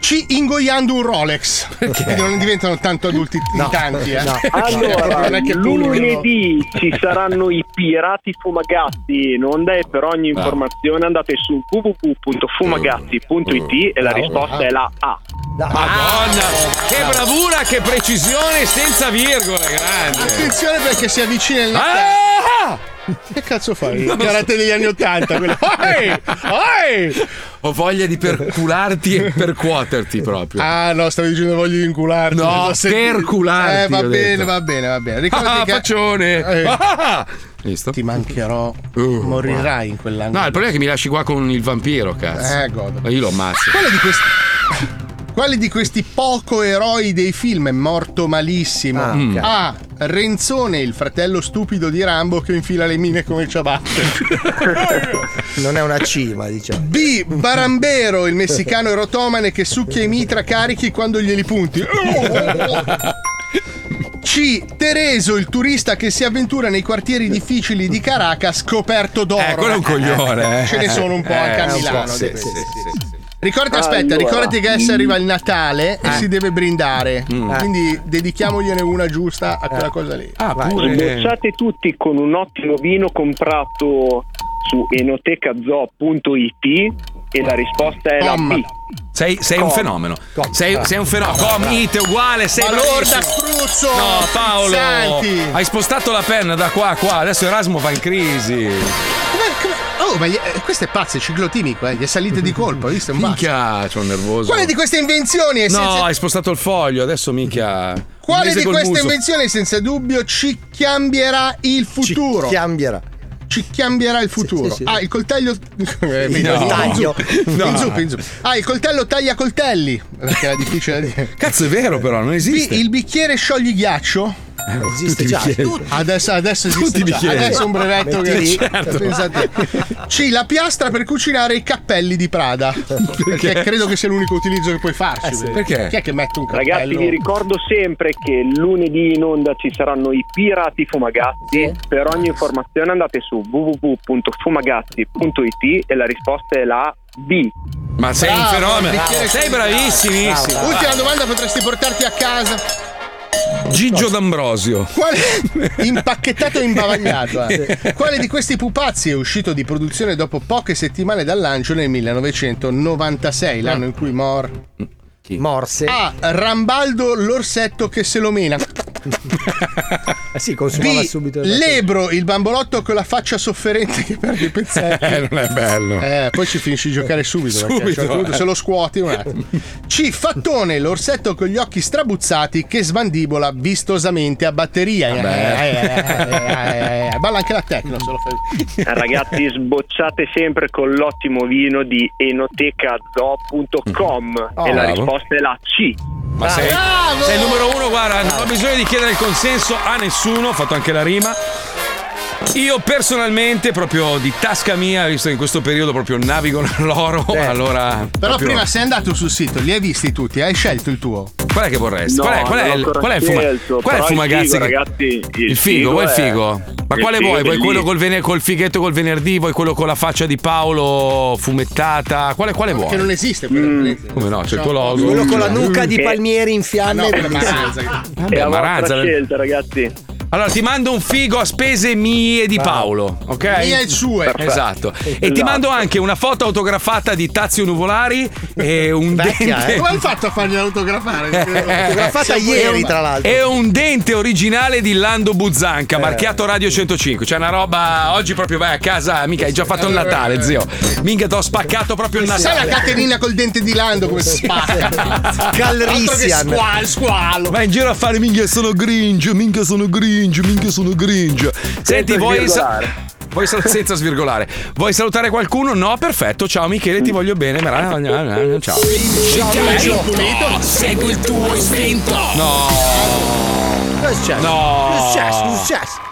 Ci ingoiando un Rolex. Quindi non diventano tanto adulti in tanti, eh. no. Cioè, Allora, non è che culo che non- lunedì ci saranno i pirati fumagazzi in onda e per Ah. ogni informazione andate su Oh, www.fumagazzi.it e la risposta è la A. Madonna, che bravura, che precisione, senza virgole, grande. Attenzione perché si avvicina il Natale. Che cazzo fai? Il Ah! Non lo so. karate degli anni Ottanta. quello. Oi! Oi! Ho voglia di percularti e percuoterti proprio. Ah no, stavi dicendo voglio incularti. No, Non l'ho sentito. percularti, Eh, va ho bene, detto. va bene, va bene. Ricordati Ah, che faccione. Eh. Ah. Listo. ti mancherò, Uh, morirai in No, quell'angolo. il problema è che mi lasci qua con il vampiro, cazzo. Eh, godo. Ma Io lo ammazzo. Quale di questi Quale di questi poco eroi dei film è morto malissimo? Ah, ok. A. Renzone, il fratello stupido di Rambo che infila le mine come ciabatte. Non è una cima, diciamo. B. Barambero, il messicano erotomane che succhia i mitra carichi quando glieli punti. C. Tereso, il turista che si avventura nei quartieri difficili di Caracas coperto d'oro. Eh, quello è un coglione. eh. Ce ne sono un po' Eh, anche a un Milano. po', sì, di questi. sì, sì, sì. Ricordati, aspetta, Allora. ricordati che Mm. adesso arriva il Natale Eh. e si deve brindare. Quindi dedichiamogliene una giusta a quella cosa lì. Ah, pure. Sbocciate tutti con un ottimo vino comprato su enotecazoo.it e la risposta è Tom. la B. Sei, sei un Com. fenomeno. Ah. Sei, sei un fenomeno. Com. Com, it, uguale, sei Balorda, bravissimo. struzzo! No, Paolo, Ah, Santi! hai spostato la penna da qua a qua. Adesso Erasmo va in crisi. Com'è- com'è- Oh, ma gli- eh, questo è pazzo, è ciclotimico, eh. Gli è salite di colpo, hai visto? È un pazzo. Minchia, sono nervoso. Quale di queste invenzioni è No, senza... hai spostato il foglio, adesso minchia. Eh, Quale Inglese di col queste muso. invenzioni senza dubbio ci cambierà il futuro? Ci, Chiambierà. cambierà il futuro. sì, sì. Ah, il coltello. Eh, mi- No. in Taglio. zu- No. in zu- in zu- Ah, il coltello taglia coltelli. Perché era difficile da dire. Cazzo, è vero, però, non B, esiste. il bicchiere sciogli ghiaccio. Esiste già. Tutti. Adesso, adesso Tutti esiste già. bicchieri. Adesso un brevetto Metti che lì. Certo. Pensate. C, la piastra per cucinare i cappelli di Prada. Perché, credo che sia l'unico utilizzo che puoi farci. Chi è che mette un cappello? Ragazzi, vi ricordo sempre che lunedì in onda ci saranno i pirati fumagazzi. Per ogni informazione andate su www.fumagazzi.it e la risposta è la B. Ma Ah, sei un fenomeno. sei bravissimissimo. Ultima domanda potresti portarti a casa. Gigio D'Ambrosio. Quale impacchettato e imbavagliato? eh. Quale di questi pupazzi è uscito di produzione dopo poche settimane dal lancio nel 1996, l'anno in cui mor... Mm, Morse. A. Rambaldo l'orsetto che se lo mena. Eh sì, consumava B. subito. Lebro il bambolotto con la faccia sofferente che perde i pezzetti. Eh, non è bello. Eh, poi ci finisci di giocare subito. perché a un Subito, certo punto eh. Se lo scuoti un attimo. C. Fattone, l'orsetto con gli occhi strabuzzati che sbandibola vistosamente a batteria. Ah, Eh, Vabbè. eh, eh, eh, eh. Balla anche la tecno se lo fai. Eh, Ragazzi, sbocciate sempre con l'ottimo vino di Mm. enotecazo.com Oh, e la bravo. risposta è la C. Ma sei, sei il numero uno, guarda, non ho bisogno di chiedere il consenso a nessuno, ho fatto anche la rima. Io personalmente, proprio di tasca mia, visto che in questo periodo proprio navigo nell'oro, allora. Certo. Però proprio- prima sei andato sul sito, li hai visti tutti, hai scelto il tuo. Qual è che vorresti? No, qual è, qual non è l'ho il, ancora qual è il fuma- scelto, qual è però il il fumagazzi? figo, che- ragazzi, il, il figo, figo vuoi il è- figo? Ma il quale figo vuoi? è Vuoi lì. quello col, vene- col fighetto col venerdì? Vuoi quello con la faccia di Paolo fumettata? Quale, quale Che vuoi? non esiste quello. Come no? Cioè, C'è il tuo logo. Quello con eh. la nuca Mm. di Palmieri in Ah, fiamme. no, quella Maranza. Vabbè, è la Maranza, vostra la- scelta, ragazzi. eh. Allora ti mando un figo a spese mie di Paolo, ok? Mie e sue. Esatto. E ti Esatto. mando anche una foto autografata di Tazio Nuvolari e un Vecchia, dente. eh. Come hai fatto a fargli autografare? Eh, Autografata ieri, tra l'altro. E un dente originale di Lando Buzzanca, Eh. marchiato Radio 105. Cioè una roba. Oggi proprio vai a casa, mica hai già fatto il Natale, zio. Minchia, ti ho spaccato proprio il Sai la Natale. catenina col dente di Lando come si spacca? Cioè, Altro che Calrissian. squalo, squalo. Vai in giro a fare minchia sono gringe, minchia sono gringe, minchia sono gringe. Senti, vuoi, sa- svirgolare. vuoi sal- senza svirgolare. Vuoi salutare qualcuno? No, perfetto. Ciao Michele, ti voglio bene. Mara- Ciao. vinto, segui il tuo istinto. No. Cosa è successo? No. Cosa è successo? Cosa è successo?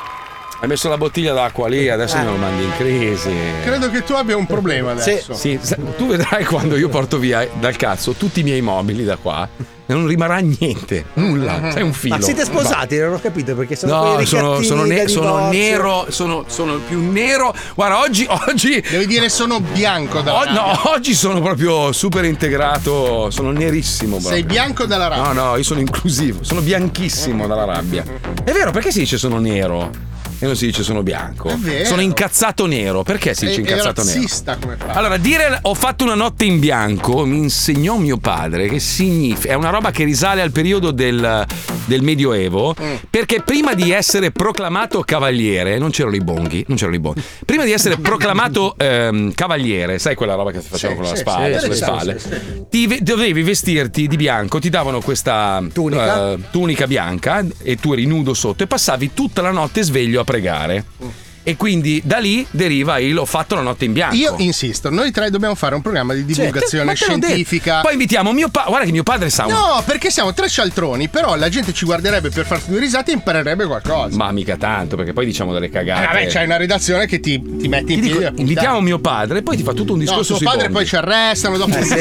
Hai messo la bottiglia d'acqua lì, adesso me lo mandi in crisi. Credo che tu abbia un problema adesso. Sì, sa- tu vedrai quando io porto via dal cazzo tutti i miei mobili da qua, non rimarrà niente, Mm-hmm. nulla. Sei un filo. Ma siete sposati? Non ho capito perché sono No, quelli sono, ricattini sono ne- da sono divorzio. nero, sono, sono più nero. Guarda, oggi, oggi. Oh, Devi dire sono bianco da no, oggi sono proprio super integrato, sono nerissimo. Sei proprio. bianco dalla rabbia. No, no, io sono inclusivo, sono bianchissimo dalla rabbia. È vero, perché si dice sono nero? E non si dice sono bianco. vero. Sono incazzato nero. Perché si dice È- è eh, incazzato nero? razzista come fa. Allora, dire ho fatto una notte in bianco mi insegnò mio padre che significa. È una roba che risale al periodo del, del Medioevo. Mm. Perché prima di essere proclamato cavaliere, non c'erano i bonghi, non c'erano i bonghi. Prima di essere proclamato ehm, cavaliere, sai quella roba che si faceva Sì, con la sì, spalla, sì, sulle sì, spalle? sì, sì. Ti ve- dovevi vestirti di bianco, ti davano questa Tunica. eh, tunica bianca e tu eri nudo sotto e passavi tutta la notte sveglio a pregare. Mm. E quindi da lì deriva il ho fatto la notte in bianco. Io insisto, noi tre dobbiamo fare un programma di divulgazione Sì, Certo, ma te l'ho detto. scientifica. Poi invitiamo mio padre. Guarda che mio padre sa un. No, perché siamo tre cialtroni, però la gente ci guarderebbe per farti due risate e imparerebbe qualcosa. Ma mica tanto, perché poi diciamo delle cagate. Eh, vabbè, c'hai una redazione che ti, ti mette in Ti dico, piedi. appunto. invitiamo mio padre, poi ti fa tutto un No, discorso suo sui padre bonghi. poi ci arrestano dopo Eh, un sì.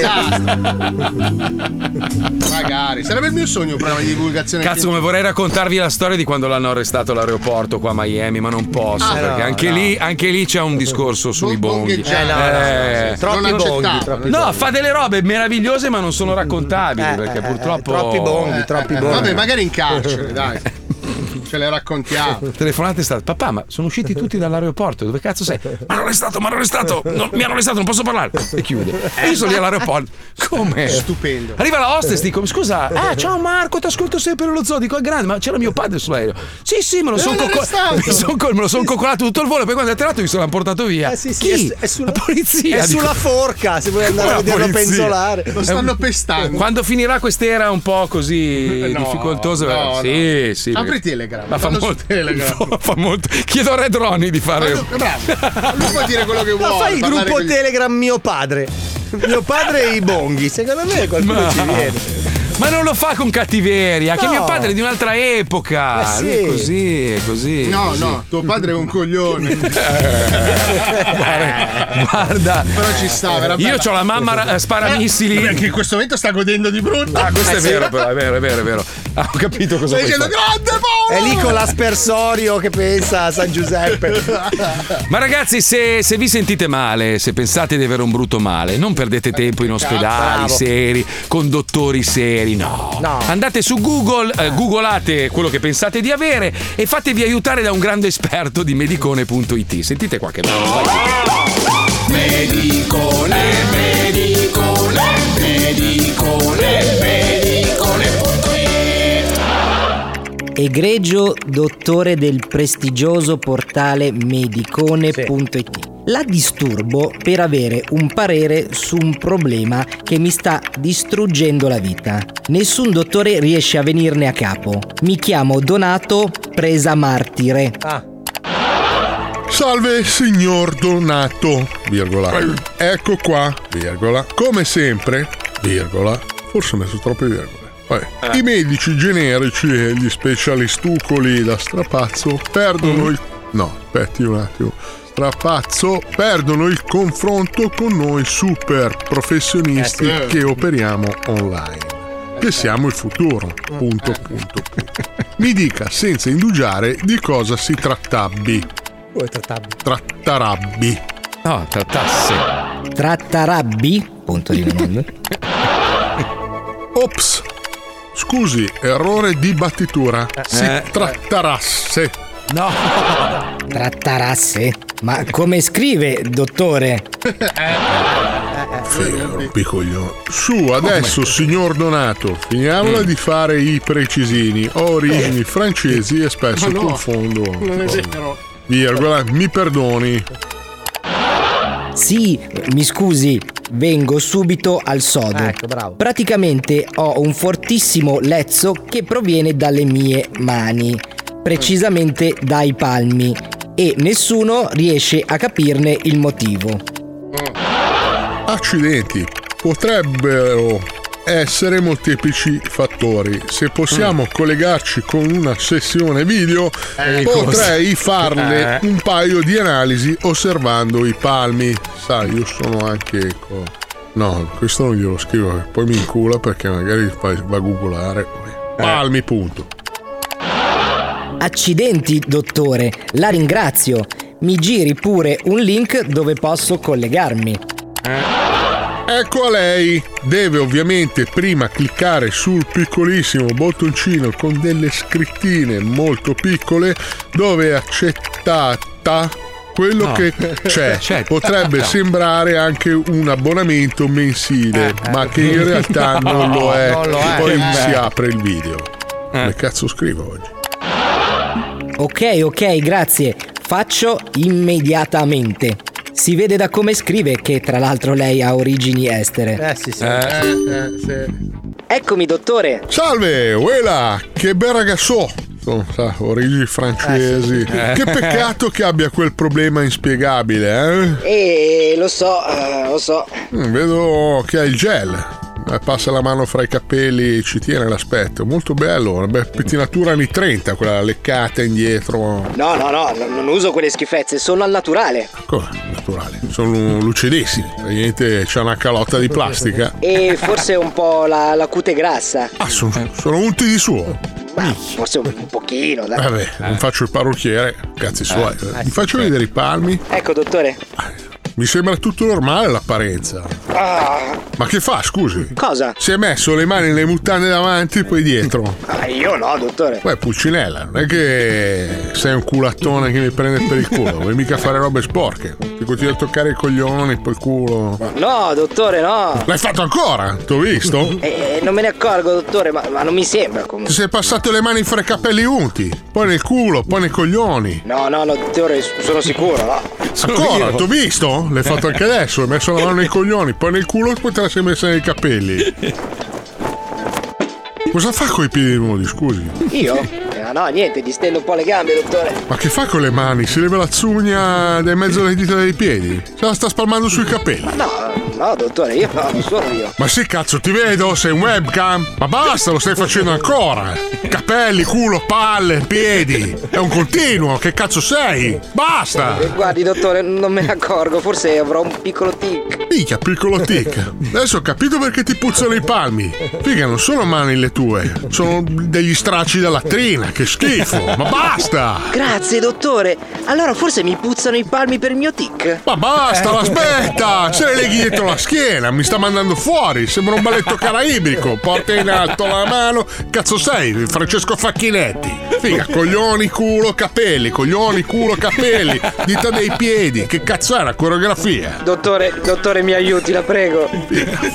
disastro. Magari. Sarebbe il mio sogno un programma di divulgazione Cazzo, come vorrei raccontarvi la storia di quando l'hanno arrestato all'aeroporto qua a Miami, ma non posso, Ah, perché no, anche, no. lì, anche lì c'è un discorso sui bonghi. bongheggiare. Eh, no, no, no, sì, sì. Non accettavo, troppi bonghi. No, Mm-hmm. fa delle robe meravigliose, ma non sono raccontabili, perché purtroppo. Eh, eh, eh. Vabbè, magari in carcere, dai. Ce le raccontiamo. Telefonate è stata, papà, ma sono usciti tutti dall'aeroporto, dove cazzo sei? Ma hanno arrestato, ma hanno arrestato, non- mi hanno arrestato, non posso parlare. E Ah, chiude. E io sono lì all'aeroporto. Eh, Come? Stupendo. Arriva la hostess, dico, scusa, ah, ciao Marco, ti ascolto sempre nello zoo, dico, è grande, ma c'era mio padre sull'aereo. Sì, sì, me Eh, lo Me sono l'hanno arrestato. coccolato tutto il volo, poi quando è atterrato mi sono portato via. Eh sì, sì, Chi? è, è sulla, polizia, È dico. sulla forca, se vuoi andare a Come la vederlo polizia? penzolare. Lo stanno pestando. Quando finirà quest'era un po' così No, difficoltosa, no, sì, no. sì. Apri perché- Telegram, Ma fa fallo su molto, Telegram. fa molto. Chiedo a Red Ronnie di fare. Bravo. Lui può dire quello che Ma vuole. fai il parlare gruppo con gli- Telegram mio padre. Mio padre e i bonghi. Secondo me qualcuno Ma- ci viene. Ma non lo fa con cattiveria, che No. mio padre è di un'altra epoca. Eh sì. Lui è così, è così. No, così. no, tuo padre è un coglione. Guarda. Però ci sta, era Io bella. ho la mamma ra- sparamissili. Perché in questo momento sta godendo di brutto. Ah, questo Eh è sì. vero, però, è vero, è vero, è vero. Ah, ho capito cosa Stai vuoi dicendo fare. grande Paolo! È lì con l'aspersorio che pensa a San Giuseppe. Ma ragazzi, se, se vi sentite male, se pensate di avere un brutto male, non perdete tempo in ospedali Bravo. seri, con dottori seri, no. Andate su Google, eh, googolate quello che pensate di avere e fatevi aiutare da un grande esperto di medicone.it. Sentite qua che bello. vai. Medicole, medicole, medicole, medicole.it Egregio dottore del prestigioso portale medicone.it. La disturbo per avere un parere su un problema che mi sta distruggendo la vita. Nessun dottore riesce a venirne a capo. Mi chiamo Donato Presa Martire. Salve signor Donato, virgola. Ecco qua, virgola. Come sempre, virgola. Forse ho messo troppe virgole. Vabbè. Eh. I medici generici e gli specialistucoli da strapazzo Mm. perdono il... No, aspetti un attimo. Strapazzo perdono il confronto con noi super professionisti Eh, sì. che operiamo online. Che siamo il futuro. Punto, punto, punto. Mi dica senza indugiare di cosa si trattabbi. Come trattabili? Trattarabbi. No, trattasse. Trattarabbi? Punto di domanda. Ops. Scusi, errore di battitura. Si Eh. trattarasse. No. Trattarasse? Ma come scrive, dottore? Eh, Piccoglio. Su, adesso, signor Donato, finiamola Mm. di fare i precisini. Ho origini francesi e spesso Eh. Ma no, confondo. non è vero. Virgola, mi perdoni. Sì, mi scusi, vengo subito al sodo. Ecco, bravo. Praticamente ho un fortissimo lezzo che proviene dalle mie mani, precisamente dai palmi, e nessuno riesce a capirne il motivo. Accidenti, potrebbero essere molteplici fattori. Se possiamo collegarci con una sessione video, Mm. Eh, potrei cosa? farle Eh. un paio di analisi osservando i palmi. Sai, io sono anche. co- No, questo non glielo scrivo, che poi mi incula perché magari fa- va a googolare. Palmi, punto. Accidenti, dottore, la ringrazio. Mi giri pure un link dove posso collegarmi. Ecco a lei. Deve ovviamente prima cliccare sul piccolissimo bottoncino con delle scrittine molto piccole dove accettata quello No. che Certo. c'è. Accettata. Potrebbe sembrare anche un abbonamento mensile, ma che in realtà Eh, No, non lo è. non lo è. Eh. Poi Eh. si apre il video. Come cazzo scrivo oggi? Ok, ok, grazie. Faccio immediatamente. Si vede da come scrive che tra l'altro lei ha origini estere. Eh sì, sì. Eccomi, dottore. Salve, Uela, che bel ragazzo! Sono, sa, origini francesi. Eh. Che peccato che abbia quel problema inspiegabile, eh? Eh, lo so, lo so. Mm, Vedo che ha il gel. Eh, Passa la mano fra i capelli, ci tiene l'aspetto. Molto bello, una bella pettinatura anni 30, quella leccata indietro. No, no, no, no, non uso quelle schifezze, sono al naturale. Come? Ecco, Naturale. Sono lucidissimi. Niente, c'è una calotta di plastica. E forse un po' la, la cute grassa. Ah, Eh. sono, sono unti di suo. Ma forse un, un pochino, dai. Vabbè, non faccio il parrucchiere, cazzi suoi. Eh, eh, Vi faccio vedere i palmi. Ecco, dottore. Mi sembra tutto normale l'apparenza. Ma che fa, scusi? Cosa? Si è messo le mani nelle mutande davanti e poi dietro. Ah, io no, dottore. Beh, Pulcinella, non è che sei un culattone che mi prende per il culo, vuoi mica fare robe sporche. Ti continui a toccare i coglioni, poi il culo. No, dottore, no. L'hai fatto ancora? T'ho visto? Eh, non me ne accorgo, dottore, ma, ma non mi sembra Ti comunque. sei passato le mani fra i capelli unti, poi nel culo, poi nei coglioni. No, no, no, dottore, sono sicuro, no. Ancora, t'ho visto? L'hai fatto anche adesso, hai messo la mano nei coglioni, poi nel culo e poi te la sei messa nei capelli. Cosa fa coi piedi nudi, scusi? Io? Eh, no, niente, distendo un po' le gambe, dottore. Ma che fa con le mani? Si leva la zugna da in mezzo alle dita dei piedi? Se la sta spalmando sui capelli. No, No, dottore, io no, non sono io. Ma sì, cazzo, ti vedo, sei in webcam. Ma basta, lo stai facendo ancora. Capelli, culo, palle, piedi. È un continuo, che cazzo sei? Basta! Eh, Guardi, dottore, non me ne accorgo, forse avrò un piccolo tic. Minchia, piccolo tic. Adesso ho capito perché ti puzzano i palmi. Figa, non sono mani le tue, sono degli stracci da latrina. Che schifo, ma basta! Grazie, dottore. Allora forse mi puzzano i palmi per il mio tic. Eh. Ma Basta, la aspetta! Se le leghi dietro la schiena, mi sta mandando fuori, sembra un balletto caraibico. Porta in alto la mano. Cazzo sei, Francesco Facchinetti. Figa, coglioni, culo, capelli, coglioni, culo, capelli, dita dei piedi. Che cazzo è la coreografia? Dottore, dottore, mi aiuti, la prego.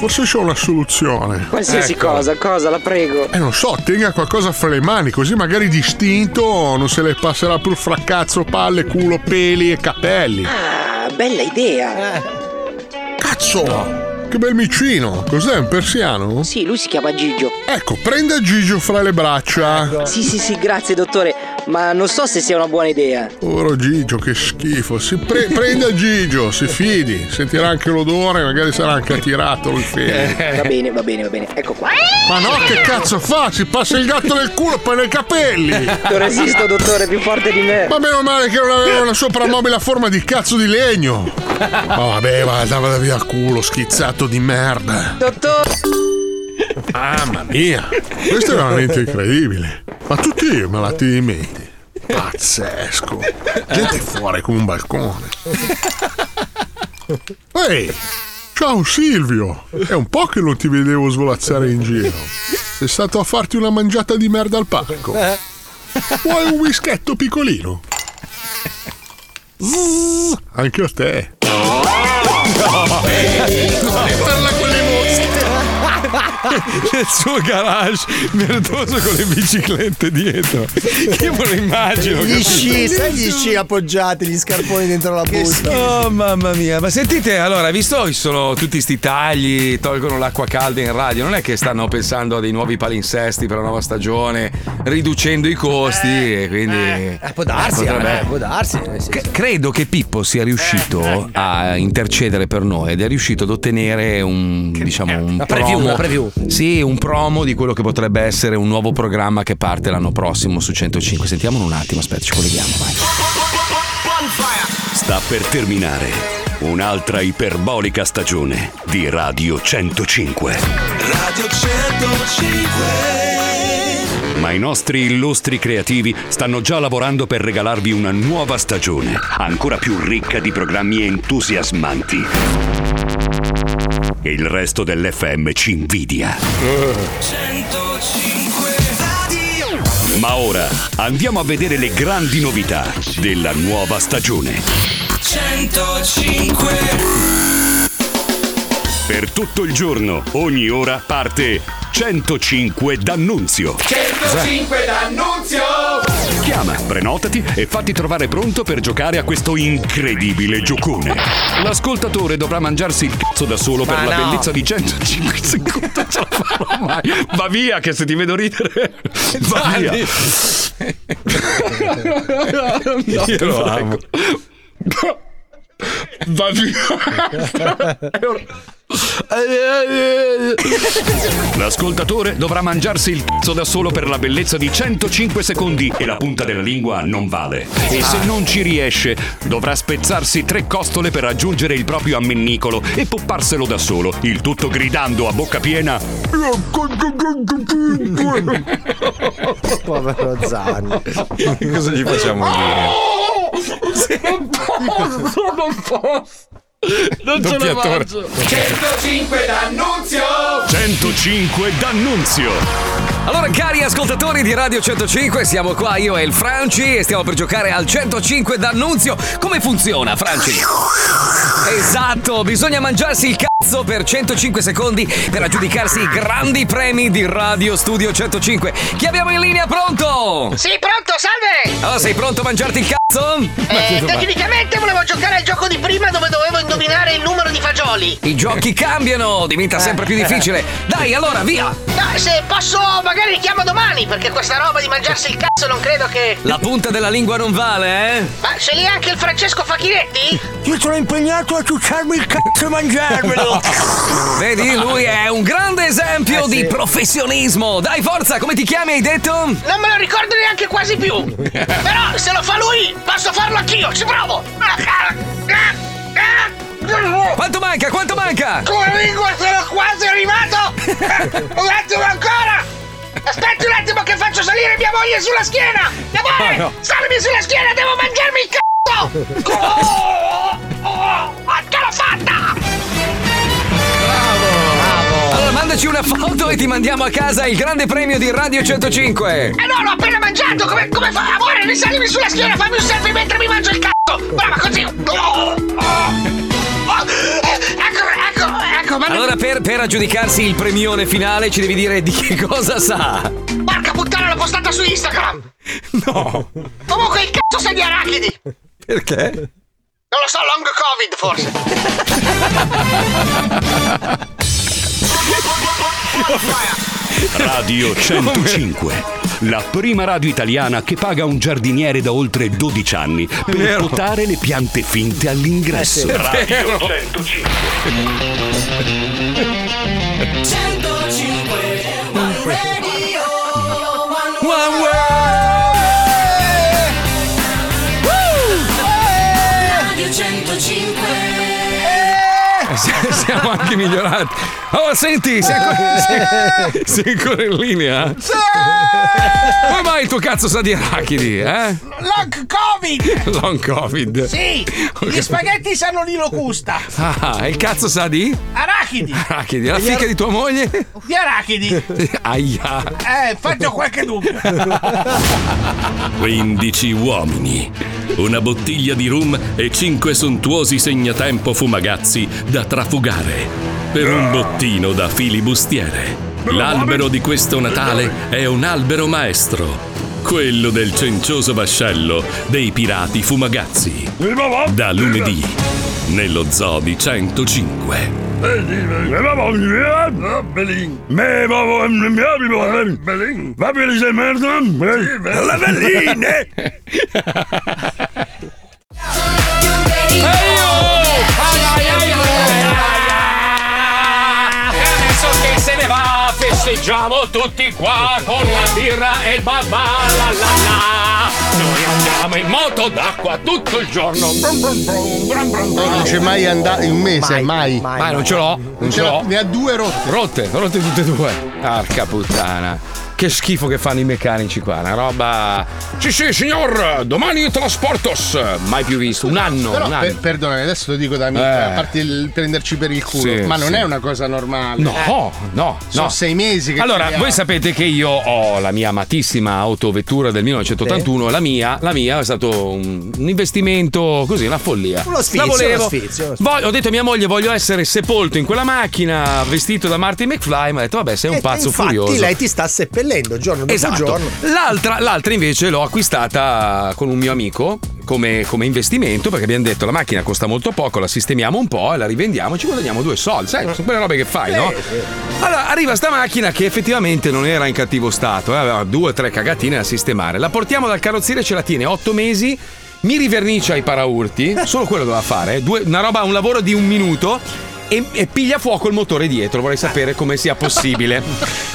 Forse c'ho una soluzione. Qualsiasi Ecco. cosa, cosa, la prego. Eh, non so, tenga qualcosa fra le mani, così magari distinto non se le passerà più fra cazzo, palle, culo, peli e capelli. Eh. Ah, bella idea. Cazzo! Che bel micino! Cos'è, un persiano? Sì, lui si chiama Gigio. Ecco, prenda Gigio fra le braccia. Sì, sì, sì, grazie, dottore, ma non so se sia una buona idea. Povero Gigio, che schifo. Si pre- prenda Gigio, si fidi, sentirà anche l'odore, magari sarà anche attirato il fede. Eh, Va bene, va bene, va bene. Ecco qua. Ma no, che cazzo fa? Si passa il gatto nel culo e poi nei capelli! Non resisto, dottore, più forte di me. Ma meno male che non aveva una soprammobile a forma di cazzo di legno! Ma vabbè, va, andava via al culo, schizzato di merda! Dottore! Ah, Mamma mia! Questo è veramente incredibile! Ma tutti malati di mente! Pazzesco! Gente fuori come un balcone! Ehi! Ciao Silvio! È un po' che non ti vedevo svolazzare in giro. Sei stato a farti una mangiata di merda al parco. Vuoi un whisketto piccolino? Zzz, anche a te. Parla con le Nel suo garage merdoso con le biciclette dietro. Che me lo immagino. Gli capito? sci, sai gli sci appoggiati, gli scarponi dentro la busta. Oh mamma mia, ma sentite, allora, visto che sono tutti sti tagli, tolgono l'acqua calda in radio, non è che stanno pensando a dei nuovi palinsesti per la nuova stagione, riducendo i costi e quindi... Eh, Può darsi, Eh, potrebbe- eh, può darsi. nel senso. C- credo che Pippo sia riuscito a intercedere per noi ed è riuscito ad ottenere un, diciamo, un Una preview, promo, una preview. Sì, un promo di quello che potrebbe essere un nuovo programma che parte l'anno prossimo su 105. Sentiamolo un attimo, aspetta, ci colleghiamo. Vai. Sta per terminare un'altra iperbolica stagione di Radio 105. Radio 105 Ma i nostri illustri creativi stanno già lavorando per regalarvi una nuova stagione, ancora più ricca di programmi entusiasmanti. E il resto dell'FM ci invidia. Eh. 105 Radio Ma ora andiamo a vedere le grandi novità della nuova stagione. 105 Per tutto il giorno, ogni ora, parte 105 d'annunzio. 105 d'annunzio Chiama, prenotati e fatti trovare pronto per giocare a questo incredibile giocone. L'ascoltatore dovrà mangiarsi il cazzo da solo Ma per la no. bellezza di 105 secondi. Non ce la farò mai. Va via, che se ti vedo ridere. Va via. Io lo amo. Va L'ascoltatore dovrà mangiarsi il cazzo da solo per la bellezza di 105 secondi e la punta della lingua non vale. E Ah. se non ci riesce, dovrà spezzarsi tre costole per raggiungere il proprio ammennicolo e popparselo da solo, il tutto gridando a bocca piena. Povero Zanni Cosa gli facciamo Non posso Non ce la Doppiatore. faccio 105 d'annunzio 105 d'annunzio. Allora, cari ascoltatori di Radio 105, siamo qua io e il Franci e stiamo per giocare al 105 d'annunzio. Come funziona, Franci? Esatto, bisogna mangiarsi il cazzo per 105 secondi per aggiudicarsi i grandi premi di Radio Studio 105. Chi abbiamo in linea pronto? Sì, pronto, salve! Allora, sei pronto a mangiarti il cazzo? Eh, tecnicamente volevo giocare al gioco di prima dove dovevo indovinare il numero di fagioli. I giochi cambiano, diventa sempre Eh. più difficile. Dai, allora, via! No, se posso magari richiamo domani, perché questa roba di mangiarsi il cazzo non credo che... La punta della lingua non vale, eh? Ma ce l'hai anche il Francesco Facchinetti? Io sono impegnato a ciucciarmi il cazzo e mangiarmelo Ecco! Vedi, lui è un grande Eh, esempio di professionismo. Dai, forza, come ti chiami? Hai detto? Non me lo ricordo neanche quasi più. Però se lo fa lui, posso farlo anch'io. Ci provo. Quanto manca? Quanto manca? Con la lingua sono quasi arrivato. Un attimo ancora. Aspetti un attimo che faccio salire mia moglie sulla schiena. Mia moglie, No, no. salmi sulla schiena, devo mangiarmi il c***o. Oh, oh, oh, ce l'ho fatta. Allora, mandaci una foto e ti mandiamo a casa il grande premio di Radio 105. Eh no, l'ho appena mangiato! Come, come fa? Amore, risalimi sulla schiena, fammi un selfie mentre mi mangio il cazzo! Brava, così! Oh, oh, oh. Eh, Ecco, ecco, ecco, ma Allora, per, per aggiudicarsi il premione finale, ci devi dire di che cosa sa. Porca puttana, l'ho postata su Instagram! No. Comunque, il cazzo sei di arachidi! Non Perché? lo so, long covid, forse! Radio 105, la prima radio italiana che paga un giardiniere da oltre 12 anni per Vero. potare le piante finte Eh all'ingresso. Radio 105 One way Radio 105 S- Siamo anche migliorati. Oh, senti, sei ancora, sei- sei ancora in linea? Come mai il tuo cazzo sa di arachidi, eh? Long covid Long Covid. Sì Gli Ok. spaghetti sanno di locusta Ah, e il cazzo sa di? Arachidi Arachidi, la Gli fica ar- di tua moglie? Di arachidi Aia. Eh, infatti ho qualche dubbio 15 uomini, una bottiglia di rum e 5 sontuosi segnatempo fumagazzi da trafugare per un bottino da filibustiere. L'albero di questo Natale è un albero maestro, quello del cencioso vascello dei pirati fumagazzi. Da lunedì, nello zoo di 105. Eh, Me Belin Va bene se eh? merda La belline oh! Adesso che se ne va, festeggiamo tutti qua con la birra e il babà la la la. Noi andiamo in moto d'acqua tutto il giorno. Brum, brum, brum, brum, brum, brum. Non c'è mai andato in un mese, mai. Mai, non ce l'ho, non ce l'ho. Ne ha due rotte. Rotte, rotte tutte e due. Arca puttana. Che schifo che fanno i meccanici qua, una roba. Sì, sì, signor, domani trasportos. Mai più visto, un anno, Però, un per- anno. perdonami, adesso lo dico da amico, Eh. a parte il prenderci per il culo, Sì, ma non sì. è una cosa normale. Eh. No, no, no. Sono sei mesi che Allora, ci voi sapete che io ho la mia amatissima autovettura del 1981, la mia, la mia è stato un, un investimento così, una follia. Uno sfizio, la volevo. uno sfizio, uno Voglio- ho detto a mia moglie voglio essere sepolto in quella macchina vestito da Marty McFly, mi ha detto vabbè, sei un pazzo Eh, Infatti, furioso. lei ti sta seppellendo giorno dopo Esatto. giorno. L'altra, l'altra invece l'ho acquistata con un mio amico come, come investimento perché abbiamo detto la macchina costa molto poco, la sistemiamo un po' e la rivendiamo e ci guadagniamo due soldi. Sai, sono quelle robe che fai, no? Allora arriva sta macchina che effettivamente non era in cattivo stato, eh, aveva due o tre cagatine da sistemare. La portiamo dal carrozziere, ce la tiene otto mesi. Mi rivernicia i paraurti, solo quello doveva fare, eh, due- una roba, un lavoro di un minuto e, e piglia fuoco il motore dietro. Vorrei sapere come sia possibile.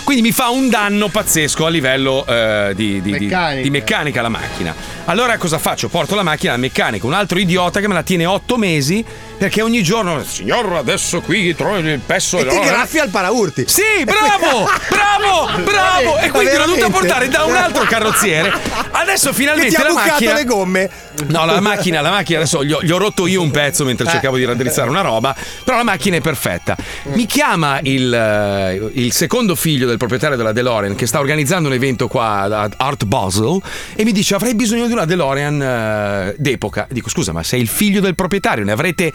Quindi mi fa un danno pazzesco a livello eh, di, di- di- Meccanica. di meccanica la macchina. Allora cosa faccio? Porto la macchina al meccanico, un altro idiota che me la tiene otto mesi perché ogni giorno, signor, adesso qui trovi il pezzo E ti no, eh?" graffia al paraurti. Sì, bravo, bravo, bravo. E quindi l'ho dovuta portare da un altro carrozziere. Adesso che finalmente ti ha la bucato macchina le gomme. No, la macchina, la macchina adesso gli ho, gli ho rotto io un pezzo mentre Eh. cercavo di raddrizzare una roba, però la macchina è perfetta. Mi chiama il, eh, il secondo figlio del proprietario della DeLorean che sta organizzando un evento qua ad Art Basel e mi dice avrei bisogno di una DeLorean eh, d'epoca. Dico scusa, ma sei il figlio del proprietario, ne avrete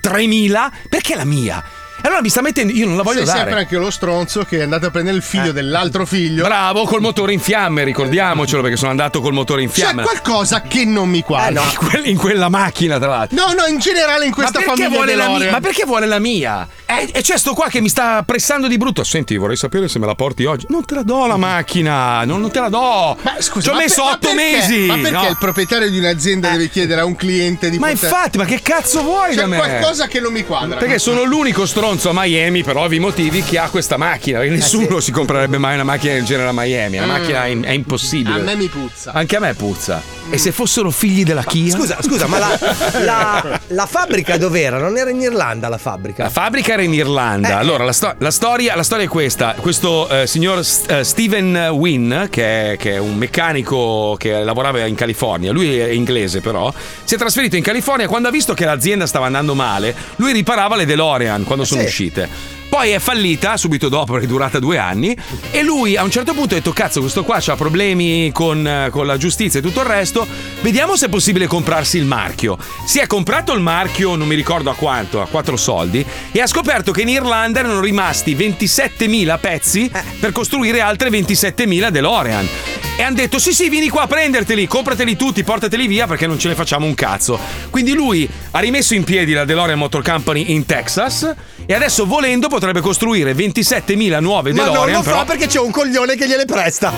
3000? Perché la mia? E Allora mi sta mettendo, io non la voglio Sei dare. sempre anche lo stronzo che è andato a prendere il figlio dell'altro figlio. Bravo, col motore in fiamme, ricordiamocelo perché sono andato col motore in C'è fiamme. Eh qualcosa che non mi quadra. In quel- in quella macchina, tra l'altro. No, no, in generale in questa ma perché famiglia vuole la mia? DeLorean. Ma perché vuole la mia? Eh. E e c'è sto qua che mi sta pressando di brutto. Senti, vorrei sapere se me la porti oggi. Non te la do la macchina, non, non te la do. Ma Scusa, ci ho ma messo per- ma otto perché- mesi. Ma perché no? Eh. il proprietario di un'azienda deve chiedere a un cliente di Ma poter- infatti, ma che cazzo vuoi C'è da me? qualcosa che non mi quadra. Perché sono l'unico stronzo a Miami per ovvi motivi che ha questa macchina. Perché nessuno si comprerebbe mai una macchina del genere a Miami. La Eh, Mm. macchina è, in- è impossibile. A me mi puzza. Anche a me puzza. E se fossero figli della Kia? Scusa, scusa, ma la, la- la fabbrica dov'era? Non era in Irlanda la fabbrica. La fabbrica era in Irlanda. Allora, la, sto- la storia, la storia è questa. Questo eh, signor S- eh, Steven Wynn, che è, che è un meccanico che lavorava in California, lui è inglese però, si è trasferito in California quando ha visto che l'azienda stava andando male. Lui riparava le DeLorean quando sono sì. uscite. Poi è fallita subito dopo, perché è durata due anni. E lui a un certo punto ha detto: Cazzo, questo qua ha problemi con, eh, con la giustizia e tutto il resto. Vediamo se è possibile comprarsi il marchio. Si è comprato il marchio, non mi ricordo a quanto, a quattro soldi. E ha scoperto che in Irlanda erano rimasti 27.000 pezzi per costruire altre 27.000 DeLorean. E hanno detto: Sì, sì, vieni qua a prenderteli, comprateli tutti, portateli via perché non ce ne facciamo un cazzo. Quindi lui ha rimesso in piedi la DeLorean Motor Company in Texas e adesso volendo potrebbe costruire 27.000 nuove Ma DeLorean. non lo però- fa perché c'è un coglione che gliele presta.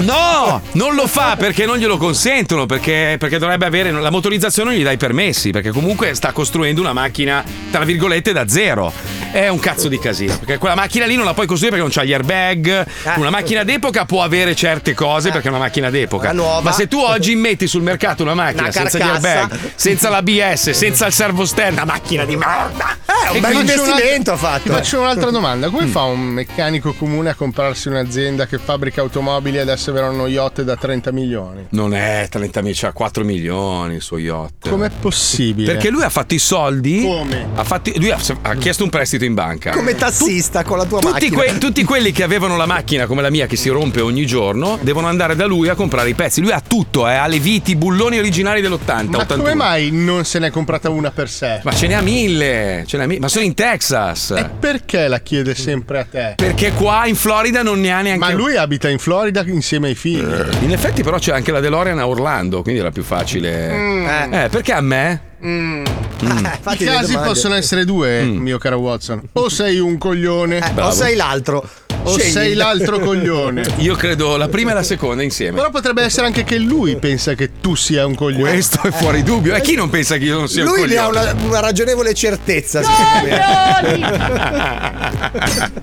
No, non lo fa perché non glielo consentono, perché, perché dovrebbe avere la motorizzazione non gli dà i permessi, perché comunque sta costruendo una macchina, tra virgolette, da zero. È un cazzo di casino, perché quella macchina lì non la puoi costruire perché non c'ha gli airbag. Ah. Una macchina d'epoca può avere certe cose perché è una macchina d'epoca. Ma se tu oggi metti sul mercato una macchina Una senza gli carcassa. airbag, senza l'ABS, senza il servo sterno, una macchina di merda. Eh, un bel investimento ha fatto. Ti faccio un'altra domanda: Mm. come fa un meccanico comune a comprarsi un'azienda che fabbrica automobili e adesso avrà uno yacht da 30 milioni? Non è 30 milioni, c'ha 4 milioni il suo yacht. Com'è possibile? Perché lui ha fatto i soldi. Ha fatto- lui ha, ha chiesto un prestito in banca. Come tassista con la tua tutti, macchina. que- tutti quelli che avevano la macchina come la mia che si rompe ogni giorno devono andare da lui a comprare i pezzi. Lui ha tutto, eh, ha le viti, i bulloni originali dell'80. Ma come mai non se ne è comprata una per sé? Ma ce n'è a mille, ce n'è a mille. ma sono in Texas. Perché la chiede sempre a te? Perché qua in Florida non ne ha neanche Eh. Ma lui abita in Florida insieme ai figli. In effetti, però, c'è anche la DeLorean a Orlando, quindi era più facile. Mm. Eh, perché a me? Eh, Mm. I casi possono essere due, eh, mio caro Watson. O sei un coglione, Eh, bravo. sei l'altro. O Scegli. sei l'altro coglione. Io credo la prima e la seconda insieme. Però potrebbe essere anche che lui pensa che tu sia un coglione. Questo è fuori dubbio. E chi non pensa che io non sia Lui un ne ha coglione? una, una ragionevole certezza.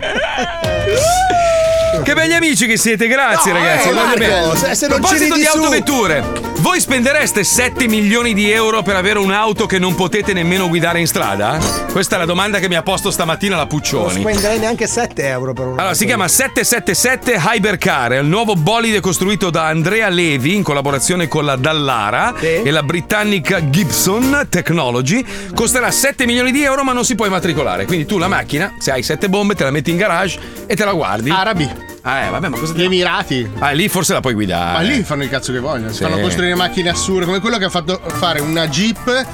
Che belli amici che siete, grazie No, ragazzi. eh, voglio Marco, bene. se- se A non ci proposito ridi di su. autovetture, voi spendereste 7 milioni di euro per avere un'auto che non potete nemmeno guidare in strada? Questa è la domanda che mi ha posto stamattina la Non Puccioni. spenderei neanche 7 euro per una. Allora, si chiama 777 Hypercar, è il nuovo bolide costruito da Andrea Levi in collaborazione con la Dallara e la britannica Gibson Technology. Costerà 7 milioni di euro, ma non si può immatricolare. Quindi tu la macchina, se hai 7 bombe, te la metti in garage e te la guardi. Arabi. Ah, eh, vabbè, ma cosa Gli Emirati. Ah, lì forse la puoi guidare. Ma lì fanno il cazzo che vogliono. Sì. Fanno costruire macchine assurde, come quello che ha fatto fare una Jeep.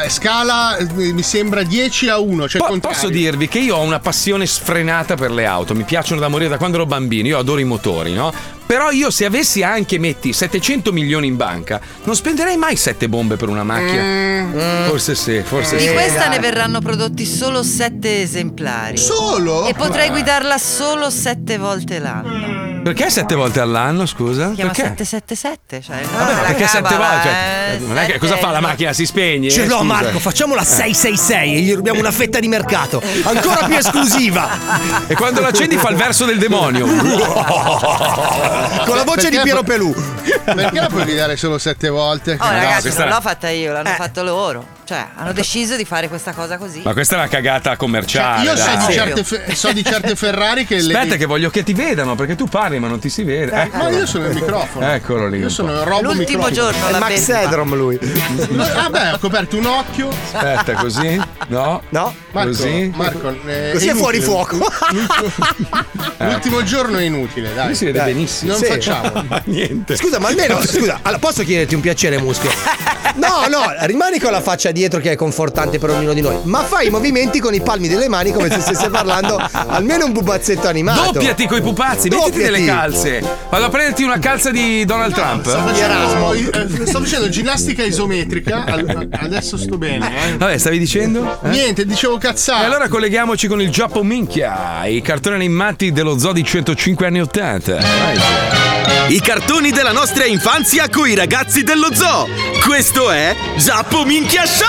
eh, Scala eh, mi sembra 10 a 1. Cioè Po- contrario. posso dirvi che io ho una passione sfrenata per le auto, mi piacciono da morire da quando ero bambino, io adoro i motori, no? Però io se avessi anche, metti, 700 milioni in banca, non spenderei mai 7 bombe per una macchina. Forse sì, forse sì. Mm. Di questa ne verranno prodotti solo sette esemplari. Solo? E potrei Ma- guidarla solo sette volte l'anno. Perché 7 volte all'anno, scusa? Si chiama Perché? Ah, 777. Cioè, Vabbè, ma perché 7 volte? Cioè, eh, non è che cosa fa la macchina? Si spegne? Ce Eh, l'ho scusa. Cioè, Marco, facciamola 666 e gli rubiamo una fetta di mercato. Ancora più esclusiva. E quando l'accendi fa il verso del demonio. Con la voce di Piero Pelù. Perché la puoi guidare solo 7 volte? Oh, ragazzi, questa- non l'ho fatta io, Eh. l'hanno fatto loro. Cioè, Ecco. hanno deciso di fare questa cosa così. Ma questa è una cagata commerciale. Cioè, Io so Ah, dai. di, certe, Fe- so di certe Ferrari che le. Aspetta che voglio che ti vedano perché tu parli ma non ti si vede. Ecco. Eh, Eccolo. ma io sono il microfono. Eccolo Io lì. Ecco, un sono po'. il robo microfono. lui. Ah beh, ho coperto un occhio. Aspetta, così? No? No? Marco, Così? Marco, eh, Così è inutile. fuori fuoco. L'ultimo giorno è inutile, dai. Lui si vede Dai, benissimo. Non Sì. facciamo. Ma niente. Scusa, ma almeno. Scusa, allora, posso chiederti un piacere, muschio? No, no, rimani con la faccia dietro che è confortante per ognuno di noi. Ma fai i movimenti con i palmi delle mani come se stesse parlando almeno un pupazzetto animato. Doppiati coi pupazzi, mettiti Doppiati. delle calze. Vado a prenderti una calza di Donald Trump. Sto, eh, sto facendo ginnastica isometrica. al- Adesso sto bene. eh. Vabbè, stavi dicendo? Niente, dicevo cazzate. E allora colleghiamoci con il Giappo Minchia, i cartoni animati dello zoo di 105 anni 80. I cartoni della nostra infanzia coi ragazzi dello zoo. Questo è Giappo Minchia Show!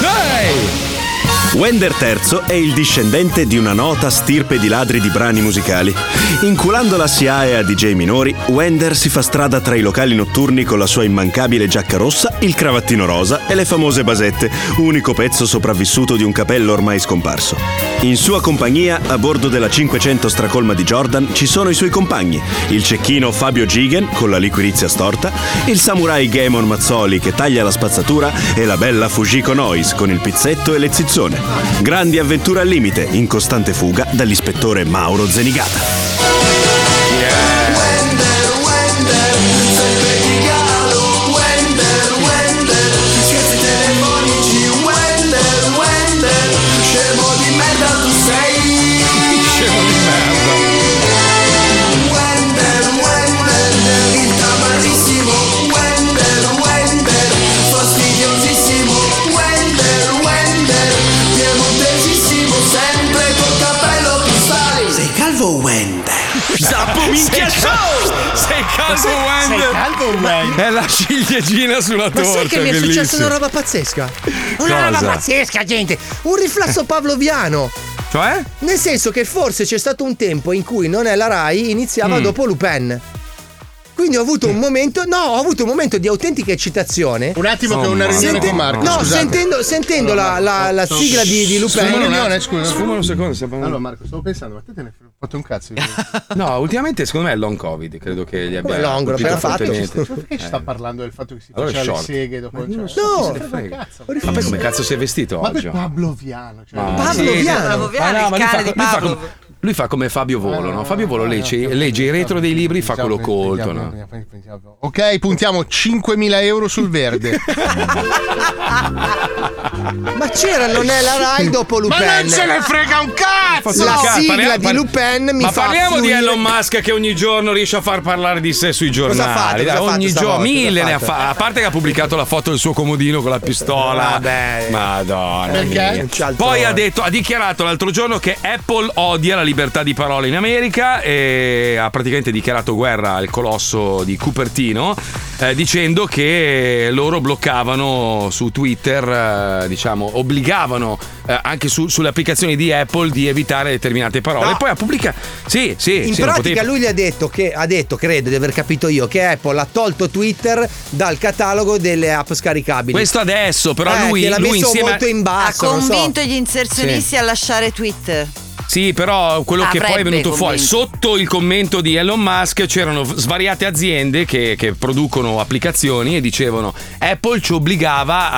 Dai! Wender III è il discendente di una nota stirpe di ladri di brani musicali. Inculando la SIAE a DJ minori, Wender si fa strada tra i locali notturni con la sua immancabile giacca rossa, il cravattino rosa e le famose basette, unico pezzo sopravvissuto di un capello ormai scomparso. In sua compagnia, a bordo della 500 stracolma di Jordan, ci sono i suoi compagni, il cecchino Fabio Gigen con la liquirizia storta, il samurai Gamon Mazzoli che taglia la spazzatura e la bella Fujiko Noise con il pizzetto e le zizzone. Grandi avventure al limite, in costante fuga dall'ispettore Mauro Zenigata. Sei calvo Wender? Zappo minchia show! Sei calvo Wender! Sei calvo Wender! È la ciliegina sulla Ma torta. sai che mi è successa bellissimo. una roba pazzesca? Una Cosa? Eh. roba pazzesca, gente! Un riflesso pavloviano! Cioè? Nel senso che forse c'è stato un tempo in cui non è la Rai, iniziava Mm. dopo Lupin. Quindi ho avuto un momento, no, ho avuto un momento di autentica eccitazione. Un attimo che ho una riunione con Marco, No, scusate. sentendo, sentendo la, la- la sigla di, di Lupin. Sfuma riunione, scusa. Sfuma un secondo, stiamo parlando. Allora, Marco, stavo pensando, ma te te ne fai fatto un cazzo. No, ultimamente secondo me è il long covid, credo che gli abbia colpito fortemente. Perché ci sta parlando del fatto che si Allora è faceva le short. seghe dopo il certo. No! Ma poi come cazzo si è vestito Ma oggi? per Pavloviano, cioè, Ma- Pavloviano. Sì, sì, Pavloviano, Ah, no, ma il lui fa- cane di lui fa Pavlov. come- Lui fa come Fabio Volo, no? Fabio Volo legge, legge i retro dei libri, fa quello colto, no? Ok, puntiamo 5.000 euro sul verde. Ma c'era non è la Rai dopo Lupin. Ma non ce ne frega un cazzo! La Cazzo, sigla parliamo- di par- Lupin mi Ma fa parliamo di fluire- Elon Musk che ogni giorno riesce a far parlare di sé sui giornali. fate? Cosa Dai, fate ogni stavolta? giorno, Cosa mille ne ha fate? fa- A parte che ha pubblicato la foto del suo comodino con la pistola. Madonna. Perché? mia. Non c'è altro- Poi ha detto, ha dichiarato l'altro giorno che Apple odia la libertà di parola in America e ha praticamente dichiarato guerra al colosso di Cupertino eh, dicendo che loro bloccavano su Twitter, eh, diciamo, obbligavano eh, anche su- sulle applicazioni di Apple di evitare determinate parole. No. E poi ha pubblicato... Sì, sì, In Eh, sì, non pratica potevi- lui gli ha detto che ha detto, credo di aver capito io, che Apple ha tolto Twitter dal catalogo delle app scaricabili. Questo adesso, però Eh, lui, che l'ha lui messo insieme a- molto in Ah, basso, ha non so. convinto gli inserzionisti Sì. a lasciare Twitter. Sì, però quello che poi è Avrebbe venuto fuori convinto. sotto il commento di Elon Musk c'erano svariate aziende che, che producono applicazioni e dicevano Apple ci obbligava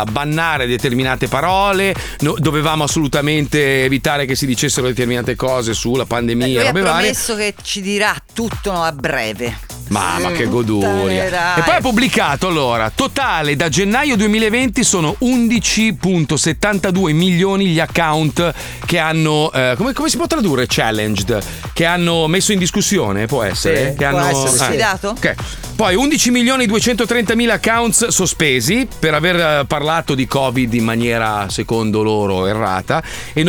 a bannare determinate parole, no- dovevamo assolutamente evitare che si dicessero determinate cose sulla pandemia, Lui ha robe varie. promesso che ci dirà tutto a breve. Mamma che goduria. Dai. E poi ha pubblicato allora, totale da gennaio 2020 sono 11.72 milioni gli account che hanno, eh, come, come si può tradurre challenged, che hanno messo in discussione, può essere? Sì, che può hanno Ah. essere, sì. Sfidato? ok. Poi 11 milioni 230 mila accounts sospesi per aver eh, parlato di Covid in maniera, secondo loro, errata e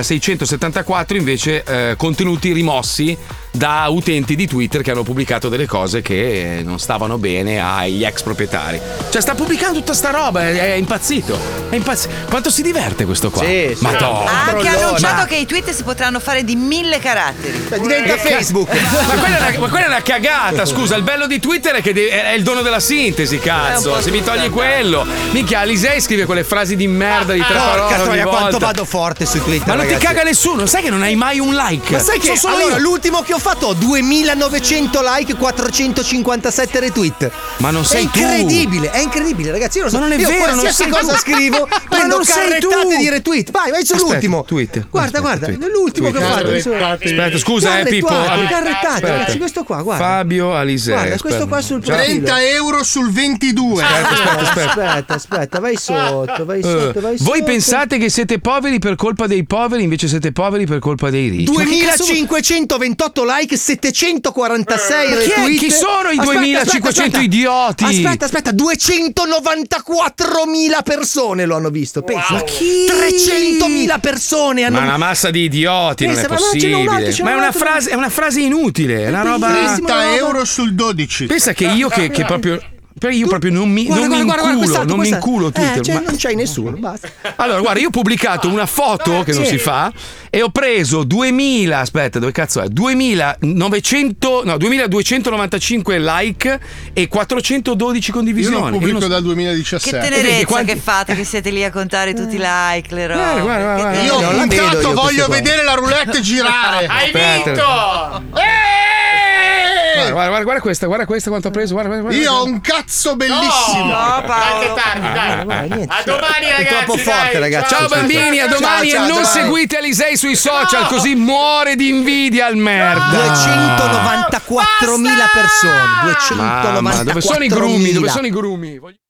97.674 invece eh, contenuti rimossi da utenti di Twitter che hanno pubblicato delle cose che eh, non stavano bene agli ex proprietari. Cioè sta pubblicando tutta sta roba, è, è impazzito. È impazzito. Quanto si diverte questo qua? Sì, sì. Madonna. Ha anche Ma- annunciato che i tweet si potranno fare di mille caratteri. Diventa Facebook. ma quella, è una, ma quella è una cagata, scusa. Il bello di Twitter è che de- è è il dono della sintesi, È un cazzo. po' Se mi tutta togli andata. quello, minchia, Alisei scrive quelle frasi di merda di tre parole. Ah, Porca ogni troia, quanto volta. vado forte su Twitter. Ma non ti ragazzi. caga nessuno, sai che non hai mai un like. Ma sai che Sono solo allora, io. l'ultimo che ho fatto ho 2900 like, 457 retweet. Ma non sei è tu. incredibile, è incredibile, ragazzi. Io, lo so. Ma non è io vero, non qualsiasi sei cosa tu. scrivo, Ma prendo non sei carrettate tu. di retweet. Vai, vai Aspetta, sull'ultimo. tweet. Guarda, guarda, l'ultimo tweet. che ho fatto. Carrettate. Aspetta, scusa, eh, Carrettate, Pippo, abbi- Carrettate, aspetta. ragazzi, questo qua, guarda. Fabio Alisei. Guarda, questo qua sul Già. profilo. 30 euro sul 22. Aspetta, aspetta, aspetta, vai sotto, vai sotto, vai Eh, sotto. voi pensate che siete poveri per colpa dei poveri, invece siete poveri per colpa dei ricchi. Ma che cazzo- 2528 like, 746 Ma chi è- retweet. chi sono i Aspetta, 2500 aspetta, aspetta. idioti? Aspetta, aspetta, 294.000 persone lo hanno visto. Pensa. Ma chi? 300.000 persone hanno Ma una massa di idioti, Eh, Pensa, non ma no, è ce n'è possibile. un altro, ce n'è ma è un una, altro. frase, è una frase inutile, è una roba. 30 euro sul 12. Pensa che io che, che proprio. Però io proprio non mi, Guarda, non mi guarda, guarda, inculo, quest'altro, non mi quest'altro. inculo Twitter. Eh, cioè, ma- non c'hai nessuno, basta. Allora, guarda, io ho pubblicato una foto che non sì. si fa e ho preso 2000, aspetta, dove cazzo è? 2900, no, 2295 like e 412 Io non condivisioni. pubblico Io non- dal 2017. Che tenerezza che fate che siete lì a contare tutti i like, Eh, le robe. Che Io tenerezza. intanto voglio vedere la roulette girare. Hai vinto! Guarda, guarda, guarda, guarda questa, guarda questa quanto ho preso. Guarda, guarda, guarda. Io ho un cazzo bellissimo. No, Paolo. Ah, Anche Eh, tardi, dai. A cioè. domani, È ragazzi. troppo forte, ragazzi. Ciao, Ciao, bambini, ciao, a domani. ciao, e ciao, non domani. seguite Alisei sui social, così muore di invidia il merda. 294.000 persone. 294.000. Mamma, dove sono i grumi? Dove sono i grumi?